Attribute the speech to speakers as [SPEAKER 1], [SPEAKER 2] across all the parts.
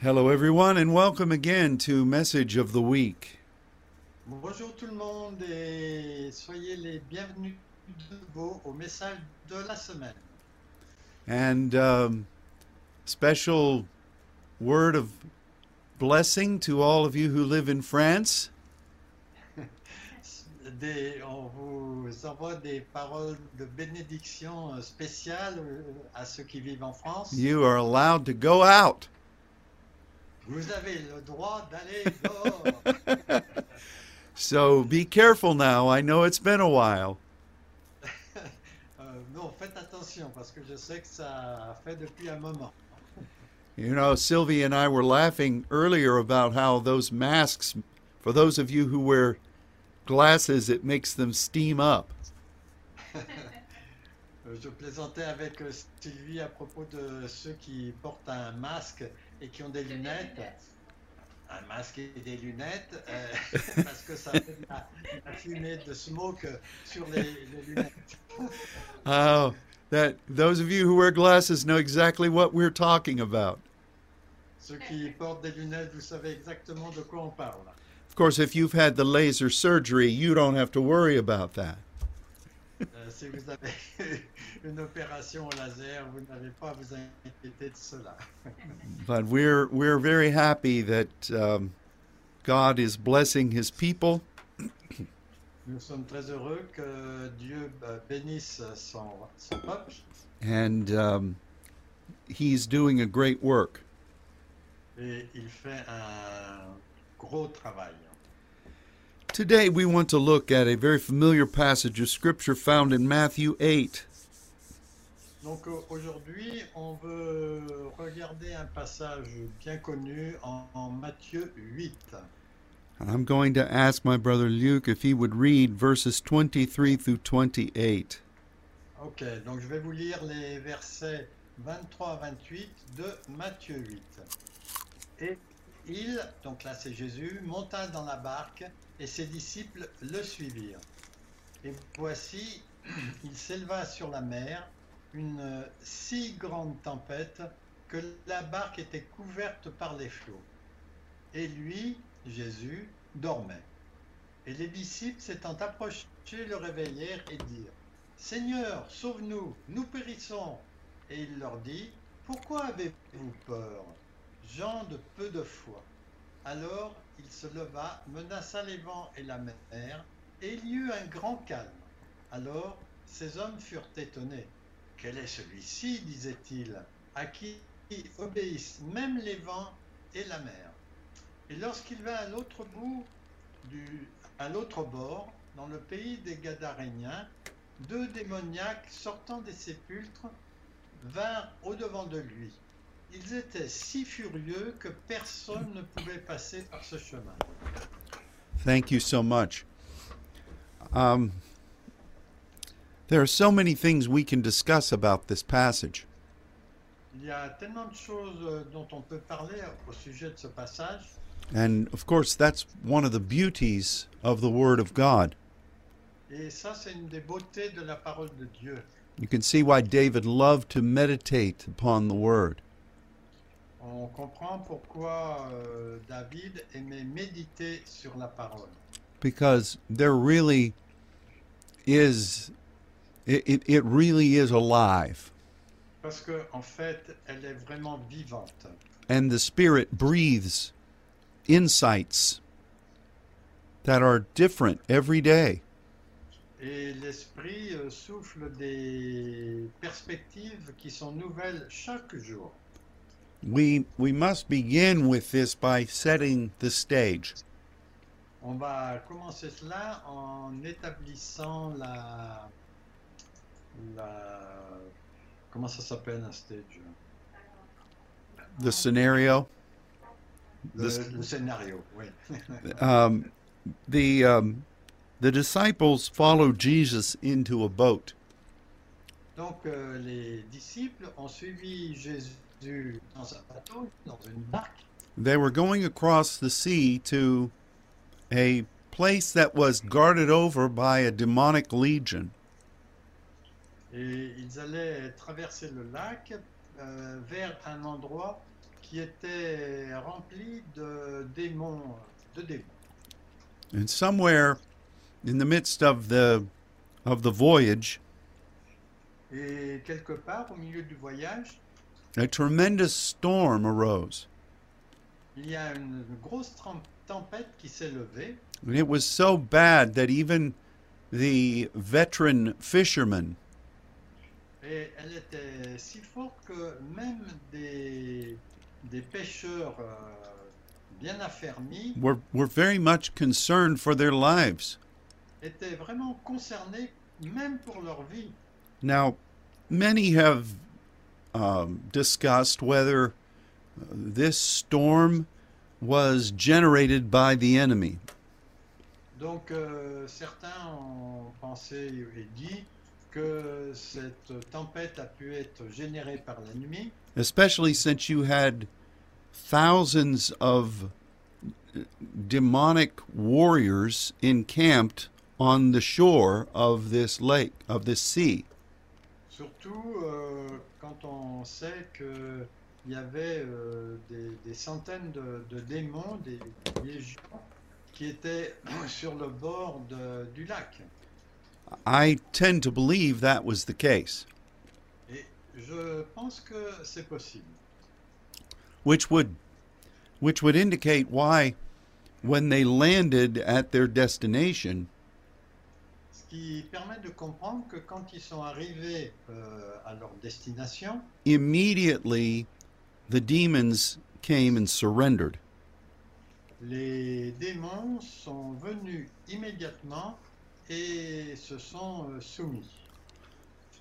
[SPEAKER 1] Hello, everyone, and welcome again to Message of the Week.
[SPEAKER 2] Bonjour tout le monde et soyez les bienvenus de nouveau au message de la semaine.
[SPEAKER 1] And um, special word of blessing to all of you who live in France.
[SPEAKER 2] Des- on vous envoie des paroles de bénédiction euh, spéciales euh, à ceux qui vivent en France.
[SPEAKER 1] You are allowed to go out.
[SPEAKER 2] Vous avez le droit d'aller dehors.
[SPEAKER 1] So be careful now. I know it's been a while.
[SPEAKER 2] Euh, non, faites attention parce que je sais que ça fait depuis un moment.
[SPEAKER 1] You know, Sylvie and I were laughing earlier about how those masks, for those of you who wear glasses, it makes them steam up.
[SPEAKER 2] Euh, Je plaisantais avec euh, Sylvie à propos de ceux qui portent un masque et qui ont des lunettes. un masque et des lunettes euh, parce que ça fait de la, de la fumée de smoke euh, sur les, les lunettes.
[SPEAKER 1] Oh, that those of you who wear glasses know exactly what we're talking about.
[SPEAKER 2] Ceux qui portent des lunettes, vous savez exactement de quoi on parle.
[SPEAKER 1] Of course, if you've had the laser surgery, you don't have to worry about that.
[SPEAKER 2] Euh, si vous avez une opération au laser, vous n'avez pas à vous inquiéter de cela.
[SPEAKER 1] But we're we're very happy that um, God is blessing His people,
[SPEAKER 2] Nous sommes très heureux que Dieu euh, bénisse son, son peuple
[SPEAKER 1] and um, He's doing a great work.
[SPEAKER 2] et il fait un gros travail.
[SPEAKER 1] Today, we want to look at a very familiar passage of Scripture found in Matthew eight.
[SPEAKER 2] Donc au- aujourd'hui, on veut regarder un passage bien connu en, en Matthieu 8.
[SPEAKER 1] I'm going to ask my brother Luke if he would read verses 23 through 28.
[SPEAKER 2] Ok, donc je vais vous lire les versets 23 à 28 de Matthieu 8. Et il, donc là c'est Jésus, monta dans la barque et ses disciples le suivirent. Et voici, il s'éleva sur la mer, une si grande tempête que la barque était couverte par les flots. Et lui, Jésus, dormait. Et les disciples s'étant approchés le réveillèrent et dirent Seigneur, sauve-nous, nous périssons. Et il leur dit, Pourquoi avez-vous peur, gens de peu de foi Alors il se leva, menaça les vents et la mer, et il y eut un grand calme. Alors ces hommes furent étonnés. Quel est celui-ci, disaient-ils, à qui obéissent même les vents et la mer Et lorsqu'il vint à l'autre bout, du, à l'autre bord, dans le pays des Gadaréniens, deux démoniaques sortant des sépulcres vinrent au-devant de lui. Ils étaient si furieux que personne ne pouvait passer par ce chemin.
[SPEAKER 1] Thank you so much. Um, there are so many things we can discuss about this passage.
[SPEAKER 2] Il y a tellement de choses euh, dont on peut parler au sujet de ce passage,
[SPEAKER 1] And of course, that's one of the beauties of the Word of God.
[SPEAKER 2] et ça c'est une des beautés de la parole de Dieu.
[SPEAKER 1] You can see why David loved to meditate upon the Word.
[SPEAKER 2] On comprend pourquoi euh, David aimait méditer sur la parole.
[SPEAKER 1] because there really is it, it, it really is alive
[SPEAKER 2] Parce que en fait, elle est vraiment vivante.
[SPEAKER 1] and the spirit breathes insights that are different every day
[SPEAKER 2] Et l'esprit euh, souffle des perspectives qui sont nouvelles chaque jour.
[SPEAKER 1] we we must begin with this by setting the stage
[SPEAKER 2] On va commencer cela en établissant la, la comment ça s'appelle un stage
[SPEAKER 1] the scenario
[SPEAKER 2] le,
[SPEAKER 1] This-
[SPEAKER 2] le scénario, oui.
[SPEAKER 1] um, the um, the disciples follow jesus into a boat
[SPEAKER 2] Donc euh, les disciples ont suivi Jésus dans un bateau, dans une barque.
[SPEAKER 1] They were going across the sea to a place that was guarded over by a demonic legion.
[SPEAKER 2] Et ils allaient traverser le lac euh, vers un endroit qui était rempli de démons. De démons.
[SPEAKER 1] And somewhere in the midst of the of the voyage,
[SPEAKER 2] Et quelque part, au milieu du voyage,
[SPEAKER 1] a tremendous storm arose.
[SPEAKER 2] il y a une grosse trem- tempête qui s'est levée.
[SPEAKER 1] And it was so bad that even the veteran fishermen
[SPEAKER 2] Et elle était si forte que même des, des pêcheurs euh, bien affermis
[SPEAKER 1] were, were very much concerned for their lives.
[SPEAKER 2] étaient vraiment concernés, même pour leur vie.
[SPEAKER 1] Now, many have um, discussed whether uh, this storm was generated by the enemy.
[SPEAKER 2] Donc euh, certains ont pensé et dit que cette tempête a pu être générée par l'ennemi,
[SPEAKER 1] especially since you had thousands of demonic warriors encamped on the shore of this lake, of this sea.
[SPEAKER 2] surtout euh, quand on sait que il y avait euh, des, des centaines de, de démons, des légions qui étaient sur le bord de- du lac.
[SPEAKER 1] I tend to believe that was the case,
[SPEAKER 2] Et je pense que c'est possible.
[SPEAKER 1] which would which would indicate why when they landed at their destination,
[SPEAKER 2] Ce qui permet de comprendre que quand ils sont arrivés euh, à leur destination,
[SPEAKER 1] immediately the demons came and surrendered.
[SPEAKER 2] Les démons sont venus immédiatement et se sont euh, soumis.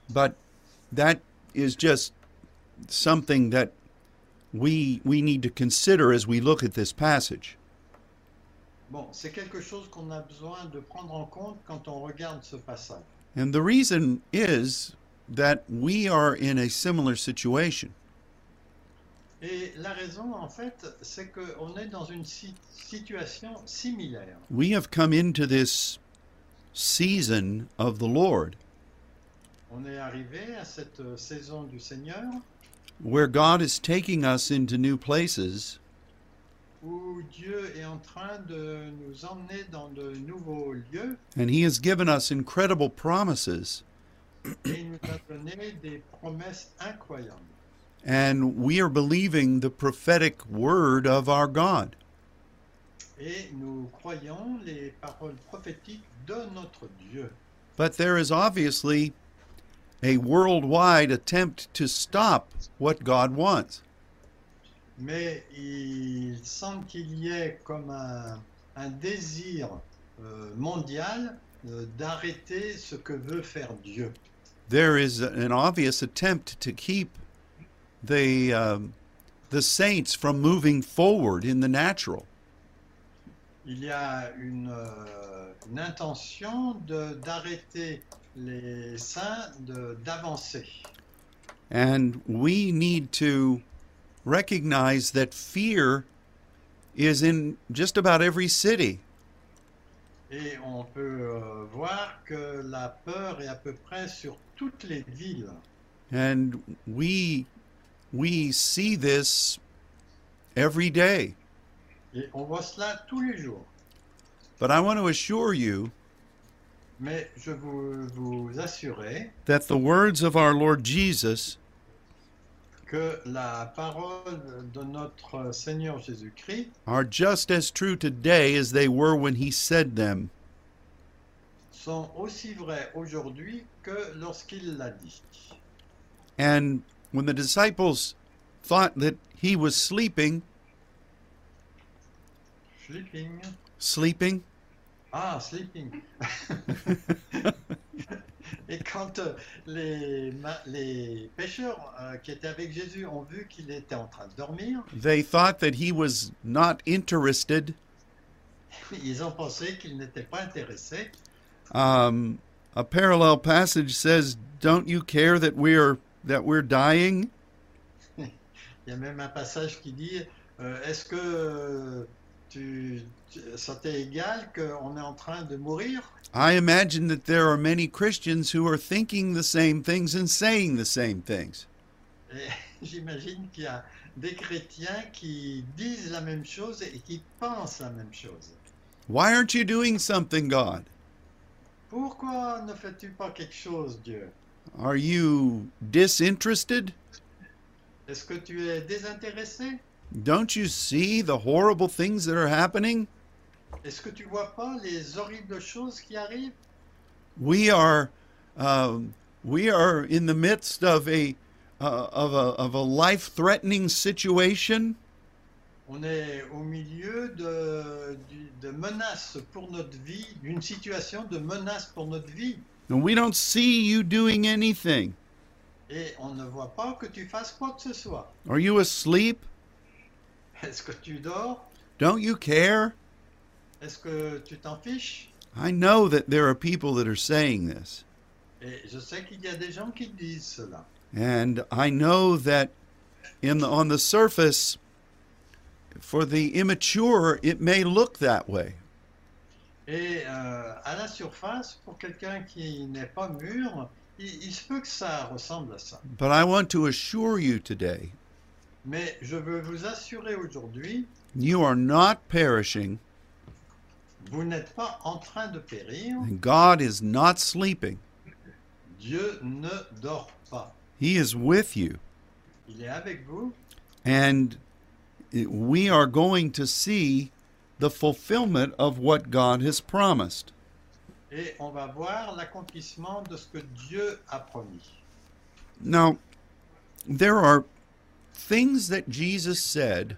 [SPEAKER 1] but that is just something that we we need to consider as we look at this passage
[SPEAKER 2] Bon, c'est quelque chose qu'on a besoin de prendre en compte quand on regarde ce passage.
[SPEAKER 1] and the reason is that we are in a similar situation
[SPEAKER 2] Et la raison, en fait, c'est qu'on est dans une si- situation similaire.
[SPEAKER 1] we have come into this season of the lord
[SPEAKER 2] On est arrivé à cette euh, saison du Seigneur
[SPEAKER 1] where god is taking us into new places
[SPEAKER 2] où Dieu est en train de nous emmener dans de nouveaux lieux
[SPEAKER 1] and he has given us incredible promises
[SPEAKER 2] et il nous a donné des promesses incroyables.
[SPEAKER 1] and we are believing the prophetic word of our god
[SPEAKER 2] Et nous croyons les paroles prophétiques de notre Dieu.
[SPEAKER 1] But there is obviously a worldwide attempt to stop what God wants.
[SPEAKER 2] Mais il semble qu'il y ait comme un, un désir euh, mondial euh, d'arrêter ce que veut faire Dieu.
[SPEAKER 1] There is an obvious attempt to keep the um, the saints from moving forward in the natural.
[SPEAKER 2] Il y a une, euh, une intention de- d'arrêter les saints de- d'avancer.
[SPEAKER 1] And we need to recognize that fear is in just about every city.
[SPEAKER 2] Et on peut euh, voir que la peur est à peu près sur toutes les villes.
[SPEAKER 1] And we we see this every day.
[SPEAKER 2] Et on voit cela tous les jours.
[SPEAKER 1] But I want to assure you
[SPEAKER 2] Mais je vous, vous assurer
[SPEAKER 1] that the words of our Lord Jesus
[SPEAKER 2] que la parole de notre Seigneur Jésus-Christ
[SPEAKER 1] are just as true today as they were when he said them.
[SPEAKER 2] sont aussi vraies aujourd'hui que lorsqu'il l'a dit.
[SPEAKER 1] And when the disciples thought that he was sleeping,
[SPEAKER 2] Sleeping.
[SPEAKER 1] sleeping,
[SPEAKER 2] Ah, sleeping. Et quand euh, les, ma- les pêcheurs euh, qui étaient avec Jésus ont vu qu'il était en train de dormir,
[SPEAKER 1] they thought that he was not interested.
[SPEAKER 2] ils ont pensé qu'il n'était pas intéressé.
[SPEAKER 1] Um, a parallel passage says, "Don't you care that we are that we're dying?"
[SPEAKER 2] Il y a même un passage qui dit euh, Est-ce que euh, tu, tu- ça t'est égal qu'on est en train de mourir
[SPEAKER 1] I imagine that there are many Christians who are thinking the same things and saying the same things.
[SPEAKER 2] Et j'imagine qu'il y a des chrétiens qui disent la même chose et qui pensent la même chose.
[SPEAKER 1] Why aren't you doing something, God?
[SPEAKER 2] Pourquoi ne fais-tu pas quelque chose, Dieu
[SPEAKER 1] Are you disinterested?
[SPEAKER 2] Est-ce que tu es désintéressé
[SPEAKER 1] Don't you see the horrible things that are happening?
[SPEAKER 2] Est-ce que tu vois pas les horribles choses qui arrivent
[SPEAKER 1] We are, um, we are in the midst of a, uh, of a, of a life-threatening situation.
[SPEAKER 2] On est au milieu de, du- de menaces pour notre vie, d'une situation de menace pour notre vie.
[SPEAKER 1] And we don't see you doing anything.
[SPEAKER 2] Et on ne voit pas que tu fasses quoi que ce soit.
[SPEAKER 1] Are you asleep?
[SPEAKER 2] Est-ce que tu dors
[SPEAKER 1] Don't you care?
[SPEAKER 2] Est-ce que tu t'en fiches
[SPEAKER 1] I know that there are people that are saying this.
[SPEAKER 2] Et je sais qu'il y a des gens qui disent cela.
[SPEAKER 1] And I know that in the, on the surface, for the immature, it may look that way.
[SPEAKER 2] Et euh, à la surface, pour quelqu'un qui n'est pas mûr, il, il se peut que ça ressemble à ça.
[SPEAKER 1] But I want to assure you today
[SPEAKER 2] Mais je veux vous assurer aujourd'hui,
[SPEAKER 1] you are not perishing,
[SPEAKER 2] vous n'êtes pas en train de périr.
[SPEAKER 1] and God is not sleeping.
[SPEAKER 2] Dieu ne dort pas.
[SPEAKER 1] He is with you.
[SPEAKER 2] Il est avec vous
[SPEAKER 1] And it- we are going to see the fulfillment of what God has promised.
[SPEAKER 2] et on va voir l'accomplissement de ce que Dieu a promis.
[SPEAKER 1] Now, there are things that Jesus said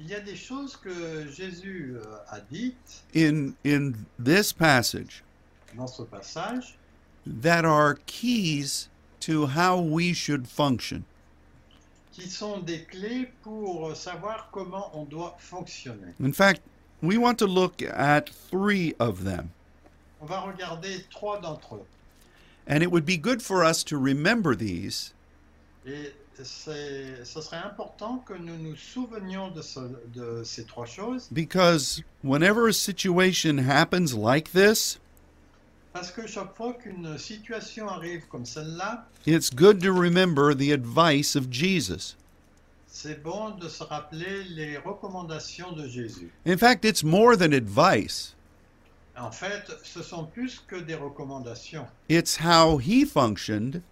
[SPEAKER 2] Il y a des choses que Jésus euh, a dites
[SPEAKER 1] in in this passage
[SPEAKER 2] dans ce passage
[SPEAKER 1] that are keys to how we should function.
[SPEAKER 2] qui sont des clés pour savoir comment on doit fonctionner.
[SPEAKER 1] In fact, we want to look at 3 of them.
[SPEAKER 2] On va regarder trois d'entre eux.
[SPEAKER 1] And it would be good for us to remember these
[SPEAKER 2] Et c'est- ce serait important que nous nous souvenions de, ce- de ces trois choses,
[SPEAKER 1] because whenever a situation happens like this,
[SPEAKER 2] parce que chaque fois qu'une situation arrive comme celle-là,
[SPEAKER 1] it's good to remember the advice of Jesus.
[SPEAKER 2] c'est bon de se rappeler les recommandations de Jésus.
[SPEAKER 1] In fact, it's more than advice.
[SPEAKER 2] En fait, ce sont plus que des recommandations,
[SPEAKER 1] It's how he functioned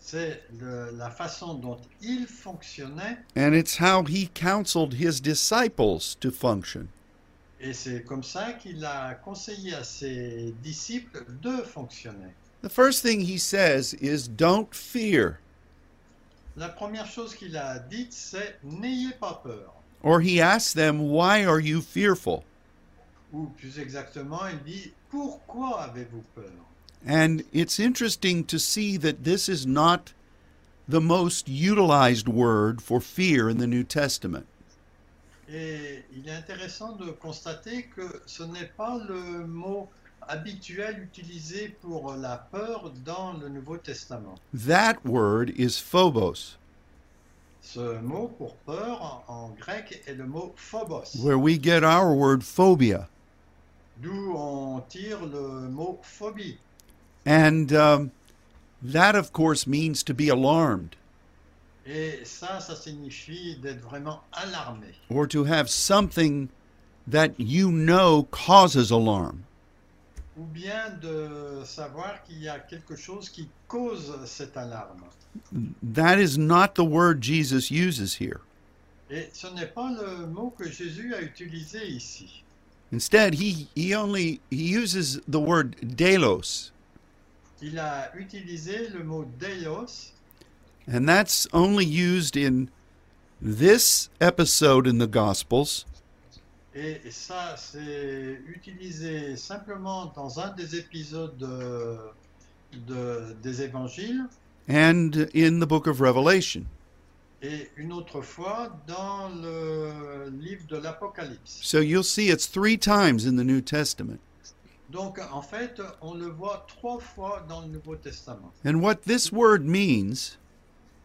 [SPEAKER 2] c'est le- la façon dont il fonctionnait,
[SPEAKER 1] and it's how he counseled his disciples to function.
[SPEAKER 2] et c'est comme ça qu'il a conseillé à ses disciples de fonctionner.
[SPEAKER 1] The first thing he says is don't fear,
[SPEAKER 2] La première chose qu'il a dite, c'est n'ayez pas peur.
[SPEAKER 1] or he asks them, Why are you fearful?
[SPEAKER 2] Ou plus exactement, il dit Pourquoi avez-vous peur
[SPEAKER 1] And it's interesting to see that this is not the most utilized word for fear in the New Testament.
[SPEAKER 2] Et il est intéressant de constater que ce n'est pas le mot habituel utilisé pour la peur dans le Nouveau Testament.
[SPEAKER 1] That word is phobos,
[SPEAKER 2] Ce mot pour peur en, en grec est le mot phobos,
[SPEAKER 1] where we get our word phobia.
[SPEAKER 2] d'où on tire le mot phobie.
[SPEAKER 1] And um, that, of course, means to be alarmed
[SPEAKER 2] Et ça, ça signifie d'être vraiment alarmé.
[SPEAKER 1] or to have something that you know causes alarm.
[SPEAKER 2] ou bien de savoir qu'il y a quelque chose qui cause cette alarme.
[SPEAKER 1] That is not the word Jesus uses here.
[SPEAKER 2] Et ce n'est pas le mot que Jésus a utilisé ici.
[SPEAKER 1] Instead, he, he only he uses the word delos,
[SPEAKER 2] Il a utilisé le mot déios
[SPEAKER 1] and that's only used in this episode in the Gospels
[SPEAKER 2] et ça c'est utilisé simplement dans un des épisodes de- de- des évangiles
[SPEAKER 1] and in the book of Revelation.
[SPEAKER 2] et une autre fois dans le livre de l'Apocalypse.
[SPEAKER 1] So you'll see it's three times in the New Testament.
[SPEAKER 2] Donc en fait on le voit trois fois dans le Nouveau Testament.
[SPEAKER 1] And what this word means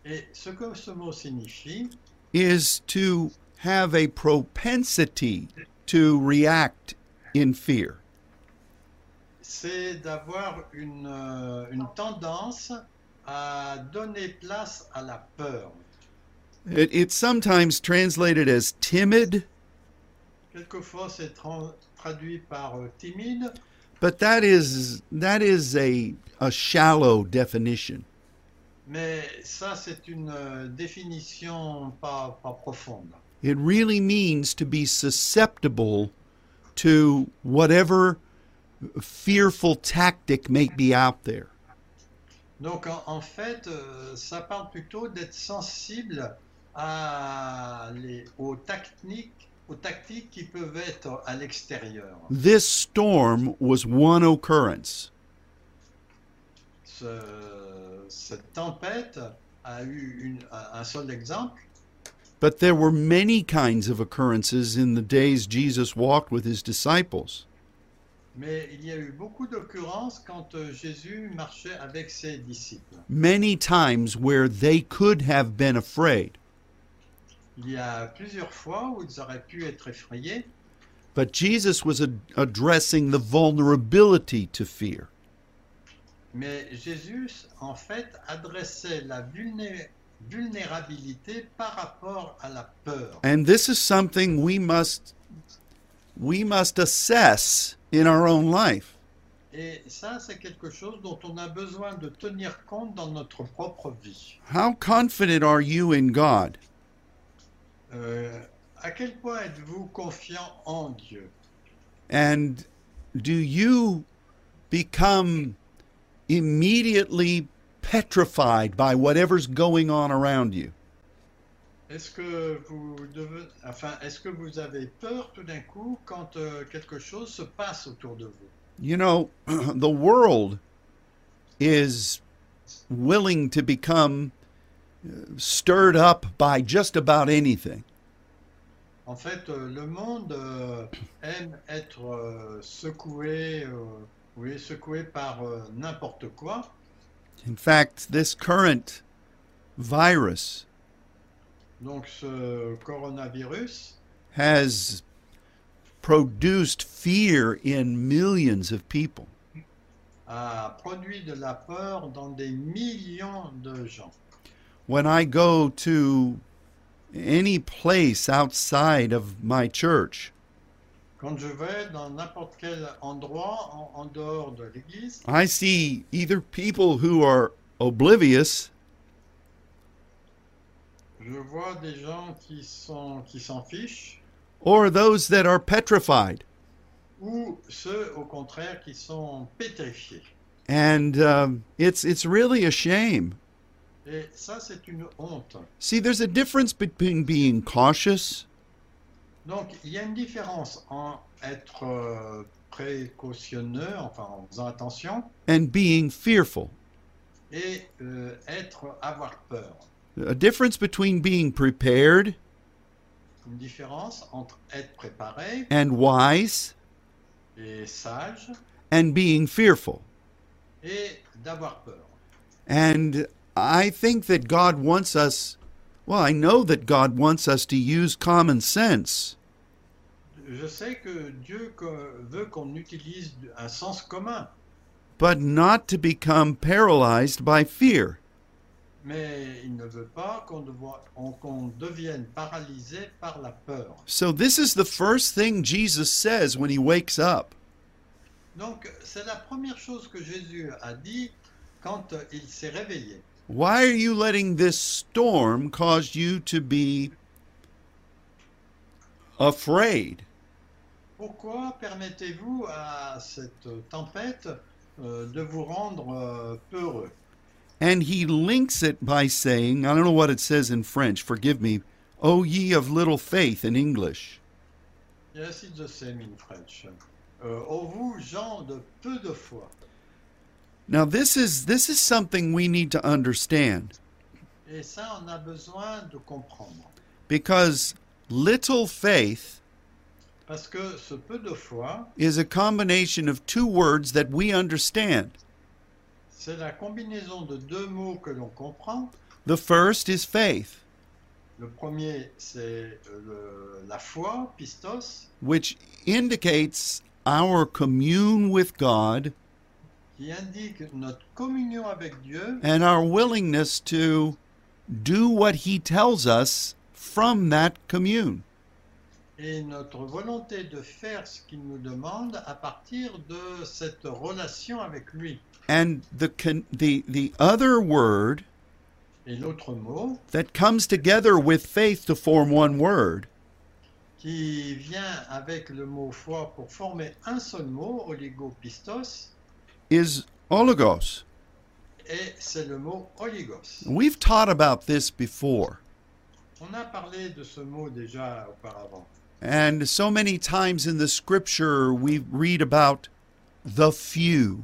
[SPEAKER 2] Et ce que ce mot signifie,
[SPEAKER 1] is to have a propensity to react in fear.
[SPEAKER 2] c'est d'avoir une, euh, une tendance a donné place à la peur.
[SPEAKER 1] It, it's sometimes translated as timid,
[SPEAKER 2] Quelquefois, c'est tran- traduit par euh, timide,
[SPEAKER 1] but that is that is a a shallow definition.
[SPEAKER 2] mais ça, c'est une euh, définition pas, pas profonde.
[SPEAKER 1] It really means to be susceptible to whatever fearful tactic may be out there.
[SPEAKER 2] Donc, en, en fait, euh, ça parle plutôt d'être sensible à les- aux, techniques, aux tactiques qui peuvent être à l'extérieur.
[SPEAKER 1] This storm was one occurrence.
[SPEAKER 2] Ce- cette tempête a eu une- un- un seul exemple,
[SPEAKER 1] But there were many kinds of occurrences in the days Jesus walked with his disciples.
[SPEAKER 2] mais il y a eu beaucoup d'occurrences quand euh, Jésus marchait avec ses disciples.
[SPEAKER 1] Many times where they could have been afraid,
[SPEAKER 2] Il y a plusieurs fois où ils auraient pu être effrayés,
[SPEAKER 1] but Jesus was ad- addressing the vulnerability to fear.
[SPEAKER 2] mais Jésus, en fait, adressait la vulné- vulnérabilité par rapport à la peur.
[SPEAKER 1] And this is something we must we must assess in our own life.
[SPEAKER 2] Et ça, c'est quelque chose dont on a besoin de tenir compte dans notre propre vie.
[SPEAKER 1] How confident are you in God?
[SPEAKER 2] Euh, à quel point êtes-vous confiant en Dieu
[SPEAKER 1] And do you become immediately petrified by whatever's going on around you?
[SPEAKER 2] Est-ce que vous devez, enfin, est-ce que vous avez peur tout d'un coup quand euh, quelque chose se passe autour de vous
[SPEAKER 1] You know, the world is willing to become uh, stirred up by just about anything.
[SPEAKER 2] En fait, euh, le monde euh, aime être euh, secoué, euh, oui, secoué par euh, n'importe quoi.
[SPEAKER 1] In fact, this current virus
[SPEAKER 2] Donc, ce coronavirus
[SPEAKER 1] has produced fear in millions of people.
[SPEAKER 2] a produit de la peur dans des millions de gens.
[SPEAKER 1] When I go to any place outside of my church,
[SPEAKER 2] Quand je vais dans n'importe quel endroit en, en dehors de l'église,
[SPEAKER 1] I see either people who are oblivious
[SPEAKER 2] je vois des gens qui sont qui s'en fichent
[SPEAKER 1] or those that are petrified.
[SPEAKER 2] ou ceux au contraire qui sont pétrifiés.
[SPEAKER 1] And um, it's, it's really a shame.
[SPEAKER 2] Et ça, c'est une honte.
[SPEAKER 1] See, there's a difference between being cautious
[SPEAKER 2] Donc, il y a une différence en être euh, précautionneux, enfin en faisant attention,
[SPEAKER 1] and being fearful,
[SPEAKER 2] et euh, être avoir peur.
[SPEAKER 1] a difference between being prepared
[SPEAKER 2] Une différence entre être préparé
[SPEAKER 1] and wise
[SPEAKER 2] et sage
[SPEAKER 1] and being fearful.
[SPEAKER 2] et d'avoir peur.
[SPEAKER 1] And I think that God wants us, well, I know that God wants us to use common sense,
[SPEAKER 2] Je sais que Dieu que- veut qu'on utilise un sens commun,
[SPEAKER 1] but not to become paralyzed by fear.
[SPEAKER 2] mais il ne veut pas qu'on devo- on- qu'on devienne paralysé par la peur.
[SPEAKER 1] So, this is the first thing Jesus says when he wakes up.
[SPEAKER 2] Donc, c'est la première chose que Jésus a dit quand il s'est réveillé.
[SPEAKER 1] Why are you letting this storm cause you to be afraid?
[SPEAKER 2] Pourquoi permettez-vous à cette tempête euh, de vous rendre euh, peureux
[SPEAKER 1] And he links it by saying, I don't know what it says in French, forgive me, O ye of little faith in English.
[SPEAKER 2] Yes, it's the same in French. Euh, ô vous, gens de peu de foi.
[SPEAKER 1] Now this is this is something we need to understand
[SPEAKER 2] Et ça, on a besoin de comprendre.
[SPEAKER 1] because little faith
[SPEAKER 2] Parce que ce peu de foi,
[SPEAKER 1] is a combination of two words that we understand.
[SPEAKER 2] c'est la combinaison de deux mots que l'on comprend.
[SPEAKER 1] The first is faith,
[SPEAKER 2] Le premier, c'est euh, le- la foi, pistos,
[SPEAKER 1] which indicates our commune with God
[SPEAKER 2] qui indique notre communion avec Dieu
[SPEAKER 1] and our willingness to do what He tells us from that commune.
[SPEAKER 2] et notre volonté de faire ce qu'il nous demande à partir de cette relation avec lui.
[SPEAKER 1] And the, con- the, the other word
[SPEAKER 2] Et l'autre mot
[SPEAKER 1] that comes together with faith to form one word
[SPEAKER 2] qui vient avec le mot foi pour former un seul mot, oligopistos,
[SPEAKER 1] is oligos.
[SPEAKER 2] et c'est le mot oligos.
[SPEAKER 1] We've taught about this before,
[SPEAKER 2] On a parlé de ce mot déjà auparavant.
[SPEAKER 1] and so many times in the scripture we read about the few.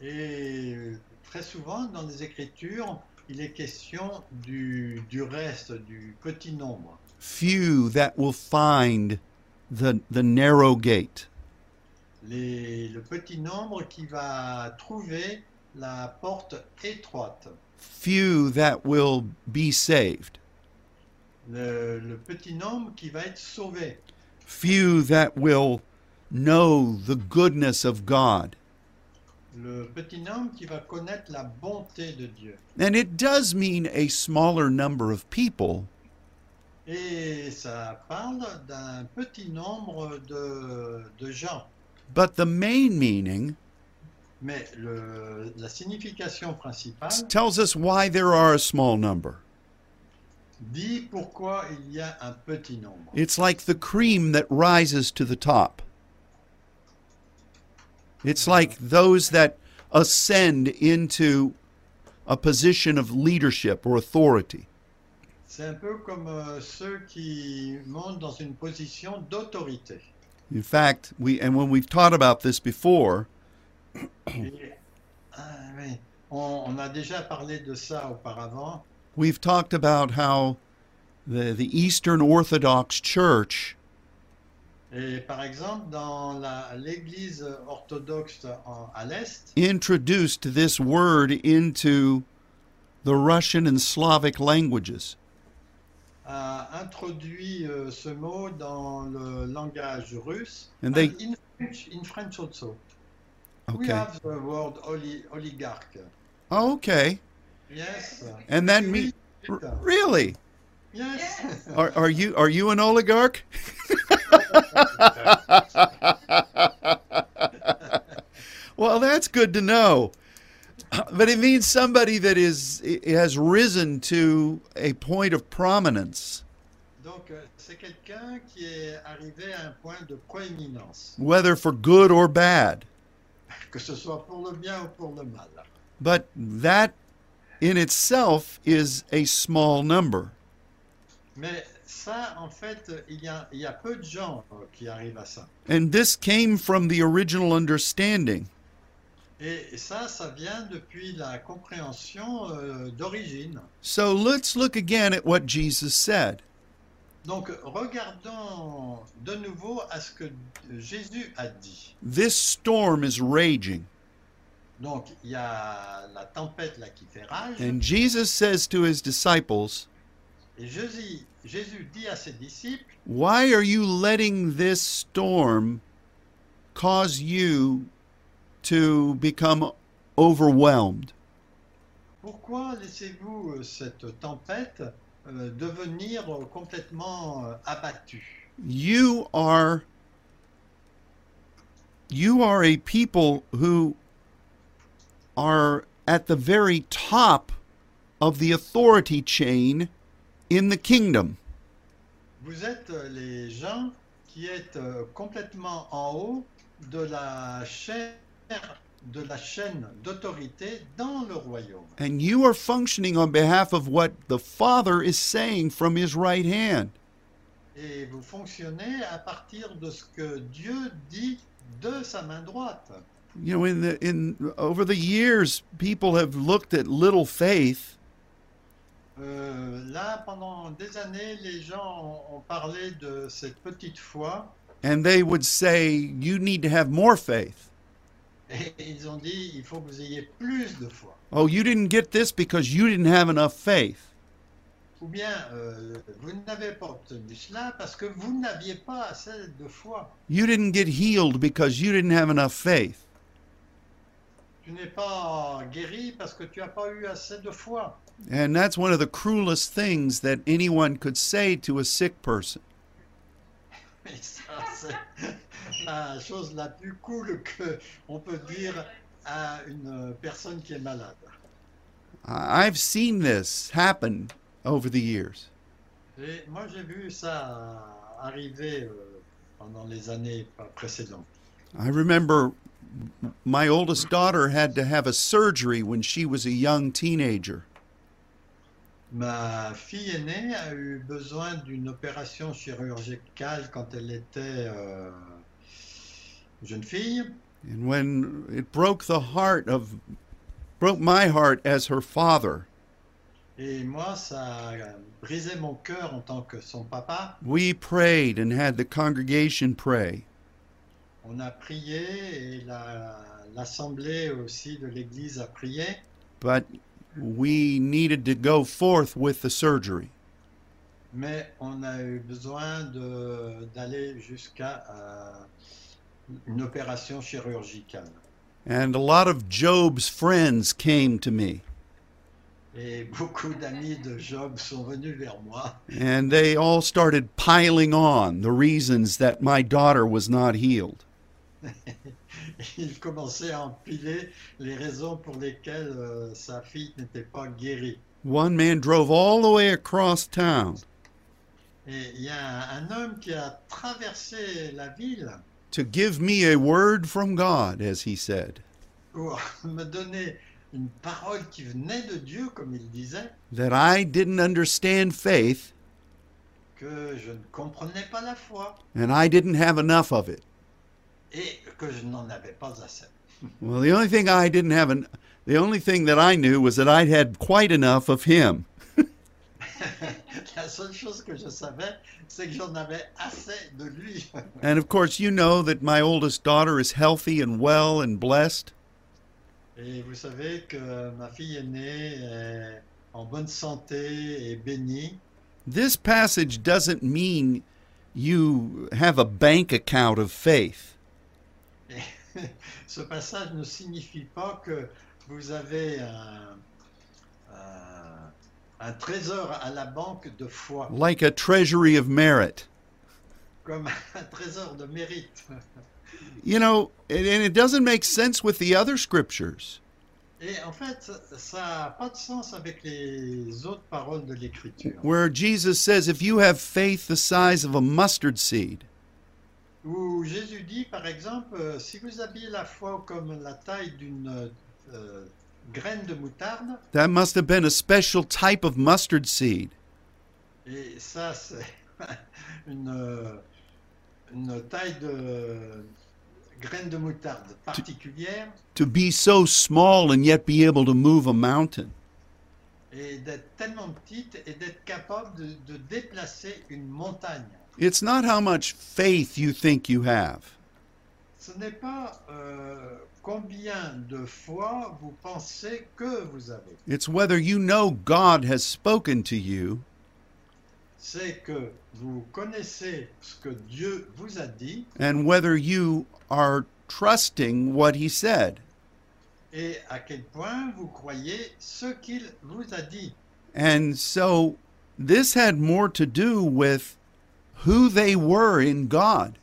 [SPEAKER 2] Et très souvent, dans les Écritures, il est question du, du reste, du petit nombre.
[SPEAKER 1] few that will find the the narrow gate.
[SPEAKER 2] Les- le petit nombre qui va trouver la porte étroite,
[SPEAKER 1] Few that will be saved.
[SPEAKER 2] le, le petit nombre qui va être sauvé,
[SPEAKER 1] Few that will know the goodness of God.
[SPEAKER 2] le petit nombre qui va connaître la bonté de Dieu.
[SPEAKER 1] And it does mean a smaller number of people,
[SPEAKER 2] Et ça parle d'un petit nombre de, de gens.
[SPEAKER 1] but the main meaning
[SPEAKER 2] Mais le- la signification principale
[SPEAKER 1] s- tells us why there are a small number.
[SPEAKER 2] dit pourquoi il y a un petit nombre.
[SPEAKER 1] It's like the cream that rises to the top. It's like those that ascend into a position of leadership or authority.
[SPEAKER 2] C'est un peu comme euh, ceux qui montent dans une position d'autorité.
[SPEAKER 1] In fact, we and when we've taught about this before, Mm.
[SPEAKER 2] Et, ah oui, on, on a déjà parlé de ça auparavant.
[SPEAKER 1] we've talked about how the the Eastern Orthodox Church
[SPEAKER 2] Et par exemple, dans la- l'Église orthodoxe en- à l'Est,
[SPEAKER 1] introduced this word into the Russian and Slavic languages.
[SPEAKER 2] a introduit euh, ce mot dans le langage russe.
[SPEAKER 1] And they-
[SPEAKER 2] in, French, in French also. We
[SPEAKER 1] Okay.
[SPEAKER 2] have the word oli- oligarch.
[SPEAKER 1] Oh, okay.
[SPEAKER 2] Yes.
[SPEAKER 1] And that means really
[SPEAKER 2] Yes.
[SPEAKER 1] Are, are you are you an oligarch? well, that's good to know. But it means somebody that is i- has risen to a point of prominence,
[SPEAKER 2] Donc, euh, c'est quelqu'un qui est arrivé à un point de proéminence,
[SPEAKER 1] whether for good or bad.
[SPEAKER 2] que ce soit pour le bien ou pour le mal.
[SPEAKER 1] But that in itself is a small number.
[SPEAKER 2] Mais ça, en fait, il y a, il y a peu de gens euh, qui arrivent à ça.
[SPEAKER 1] And this came from the original understanding.
[SPEAKER 2] Et ça, ça vient depuis la compréhension euh, d'origine.
[SPEAKER 1] So let's look again at what Jesus said.
[SPEAKER 2] Donc, regardons de nouveau à ce que Jésus a dit.
[SPEAKER 1] This storm is raging.
[SPEAKER 2] Donc, il y a la tempête là qui fait rage.
[SPEAKER 1] And Jesus says to his disciples,
[SPEAKER 2] Et Jésus, Jésus dit à ses disciples,
[SPEAKER 1] Why are you letting this storm cause you to become overwhelmed?
[SPEAKER 2] pourquoi laissez-vous euh, cette tempête euh, devenir euh, complètement euh, abattue
[SPEAKER 1] You are you are a people who are at the very top of the authority chain in the kingdom.
[SPEAKER 2] Vous êtes euh, les gens qui êtes euh, complètement en haut de la chaîne de la chaîne d'autorité dans le royaume.
[SPEAKER 1] And you are functioning on behalf of what the Father is saying from his right hand.
[SPEAKER 2] Et vous fonctionnez à partir de ce que Dieu dit de sa main droite.
[SPEAKER 1] you know in the in over the years people have looked at little faith
[SPEAKER 2] Euh, là, pendant des années, les gens ont, ont parlé de cette petite foi
[SPEAKER 1] and they would say you need to have more faith
[SPEAKER 2] et ils ont dit, il faut que vous ayez plus de foi.
[SPEAKER 1] oh you didn't get this because you didn't have enough faith
[SPEAKER 2] Ou bien, euh, vous n'avez pas obtenu cela parce que vous n'aviez pas assez de foi.
[SPEAKER 1] you didn't get healed because you didn't have enough faith
[SPEAKER 2] Tu n'es pas guéri parce que tu n'as pas eu assez de foi.
[SPEAKER 1] And that's one of the cruelest things that anyone could say to a sick person.
[SPEAKER 2] Et ça, c'est la chose la plus cool que on peut dire à une personne qui est malade.
[SPEAKER 1] I- I've seen this happen over the years.
[SPEAKER 2] Et moi, j'ai vu ça arriver euh, pendant les années précédentes.
[SPEAKER 1] I remember my oldest daughter had to have a surgery when she was a young teenager.
[SPEAKER 2] Ma fille aînée a eu besoin d'une opération chirurgicale quand elle était euh, jeune fille.
[SPEAKER 1] And when it broke the heart of, broke my heart as her father,
[SPEAKER 2] Et moi, ça a brisé mon cœur en tant que son papa.
[SPEAKER 1] we prayed and had the congregation pray.
[SPEAKER 2] On a prié et la- l'assemblée aussi de l'église a prié.
[SPEAKER 1] But we needed to go forth with the surgery.
[SPEAKER 2] Mais on a eu besoin de- d'aller jusqu'à euh, une opération chirurgicale.
[SPEAKER 1] And a lot of Job's friends came to me,
[SPEAKER 2] Et beaucoup d'amis de Job sont venus vers moi
[SPEAKER 1] and they all started piling on the reasons that my daughter was not healed.
[SPEAKER 2] et ils commençaient à empiler les raisons pour lesquelles euh, sa fille n'était pas guérie.
[SPEAKER 1] One man drove all the way across town
[SPEAKER 2] Et il y a un homme qui a traversé la ville
[SPEAKER 1] to give me a word from God, as he said,
[SPEAKER 2] pour me donner une parole qui venait de Dieu, comme il disait,
[SPEAKER 1] that I didn't understand faith
[SPEAKER 2] que je ne comprenais pas la foi
[SPEAKER 1] and I didn't have enough of it.
[SPEAKER 2] et que je n'en avais pas assez.
[SPEAKER 1] Well, the only thing I didn't have, an, the only thing that I knew was that I'd had quite enough of him.
[SPEAKER 2] La seule chose que je savais, c'est que j'en avais assez de lui.
[SPEAKER 1] And of course, you know that my oldest daughter is healthy and well and blessed.
[SPEAKER 2] Et vous savez que ma fille aînée est en bonne santé et bénie.
[SPEAKER 1] This passage doesn't mean you have a bank account of faith.
[SPEAKER 2] Et ce passage ne signifie pas que vous avez un, un- un trésor à la banque de foi,
[SPEAKER 1] like a treasury of merit.
[SPEAKER 2] comme un trésor de mérite.
[SPEAKER 1] You know, and, and it doesn't make sense with the other scriptures.
[SPEAKER 2] Et en fait, ça n'a pas de sens avec les autres paroles de l'Écriture.
[SPEAKER 1] Where Jesus says, if you have faith the size of a mustard seed,
[SPEAKER 2] Où Jésus dit, par exemple, euh, si vous aviez la foi comme la taille d'une euh, graine de moutarde,
[SPEAKER 1] that must have been a special type of mustard seed.
[SPEAKER 2] et ça c'est une, euh, une taille de graine de moutarde particulière,
[SPEAKER 1] To be so small and yet be able to move a mountain.
[SPEAKER 2] et d'être tellement petite et d'être capable de, de déplacer une montagne.
[SPEAKER 1] It's not how much faith you think you have.
[SPEAKER 2] Ce n'est pas euh, combien de fois vous pensez que vous avez.
[SPEAKER 1] It's whether you know God has spoken to you
[SPEAKER 2] c'est que vous connaissez ce que Dieu vous a dit
[SPEAKER 1] and whether you are trusting what He said.
[SPEAKER 2] et à quel point vous croyez ce qu'il vous a dit.
[SPEAKER 1] And so this had more to do with who they were in God.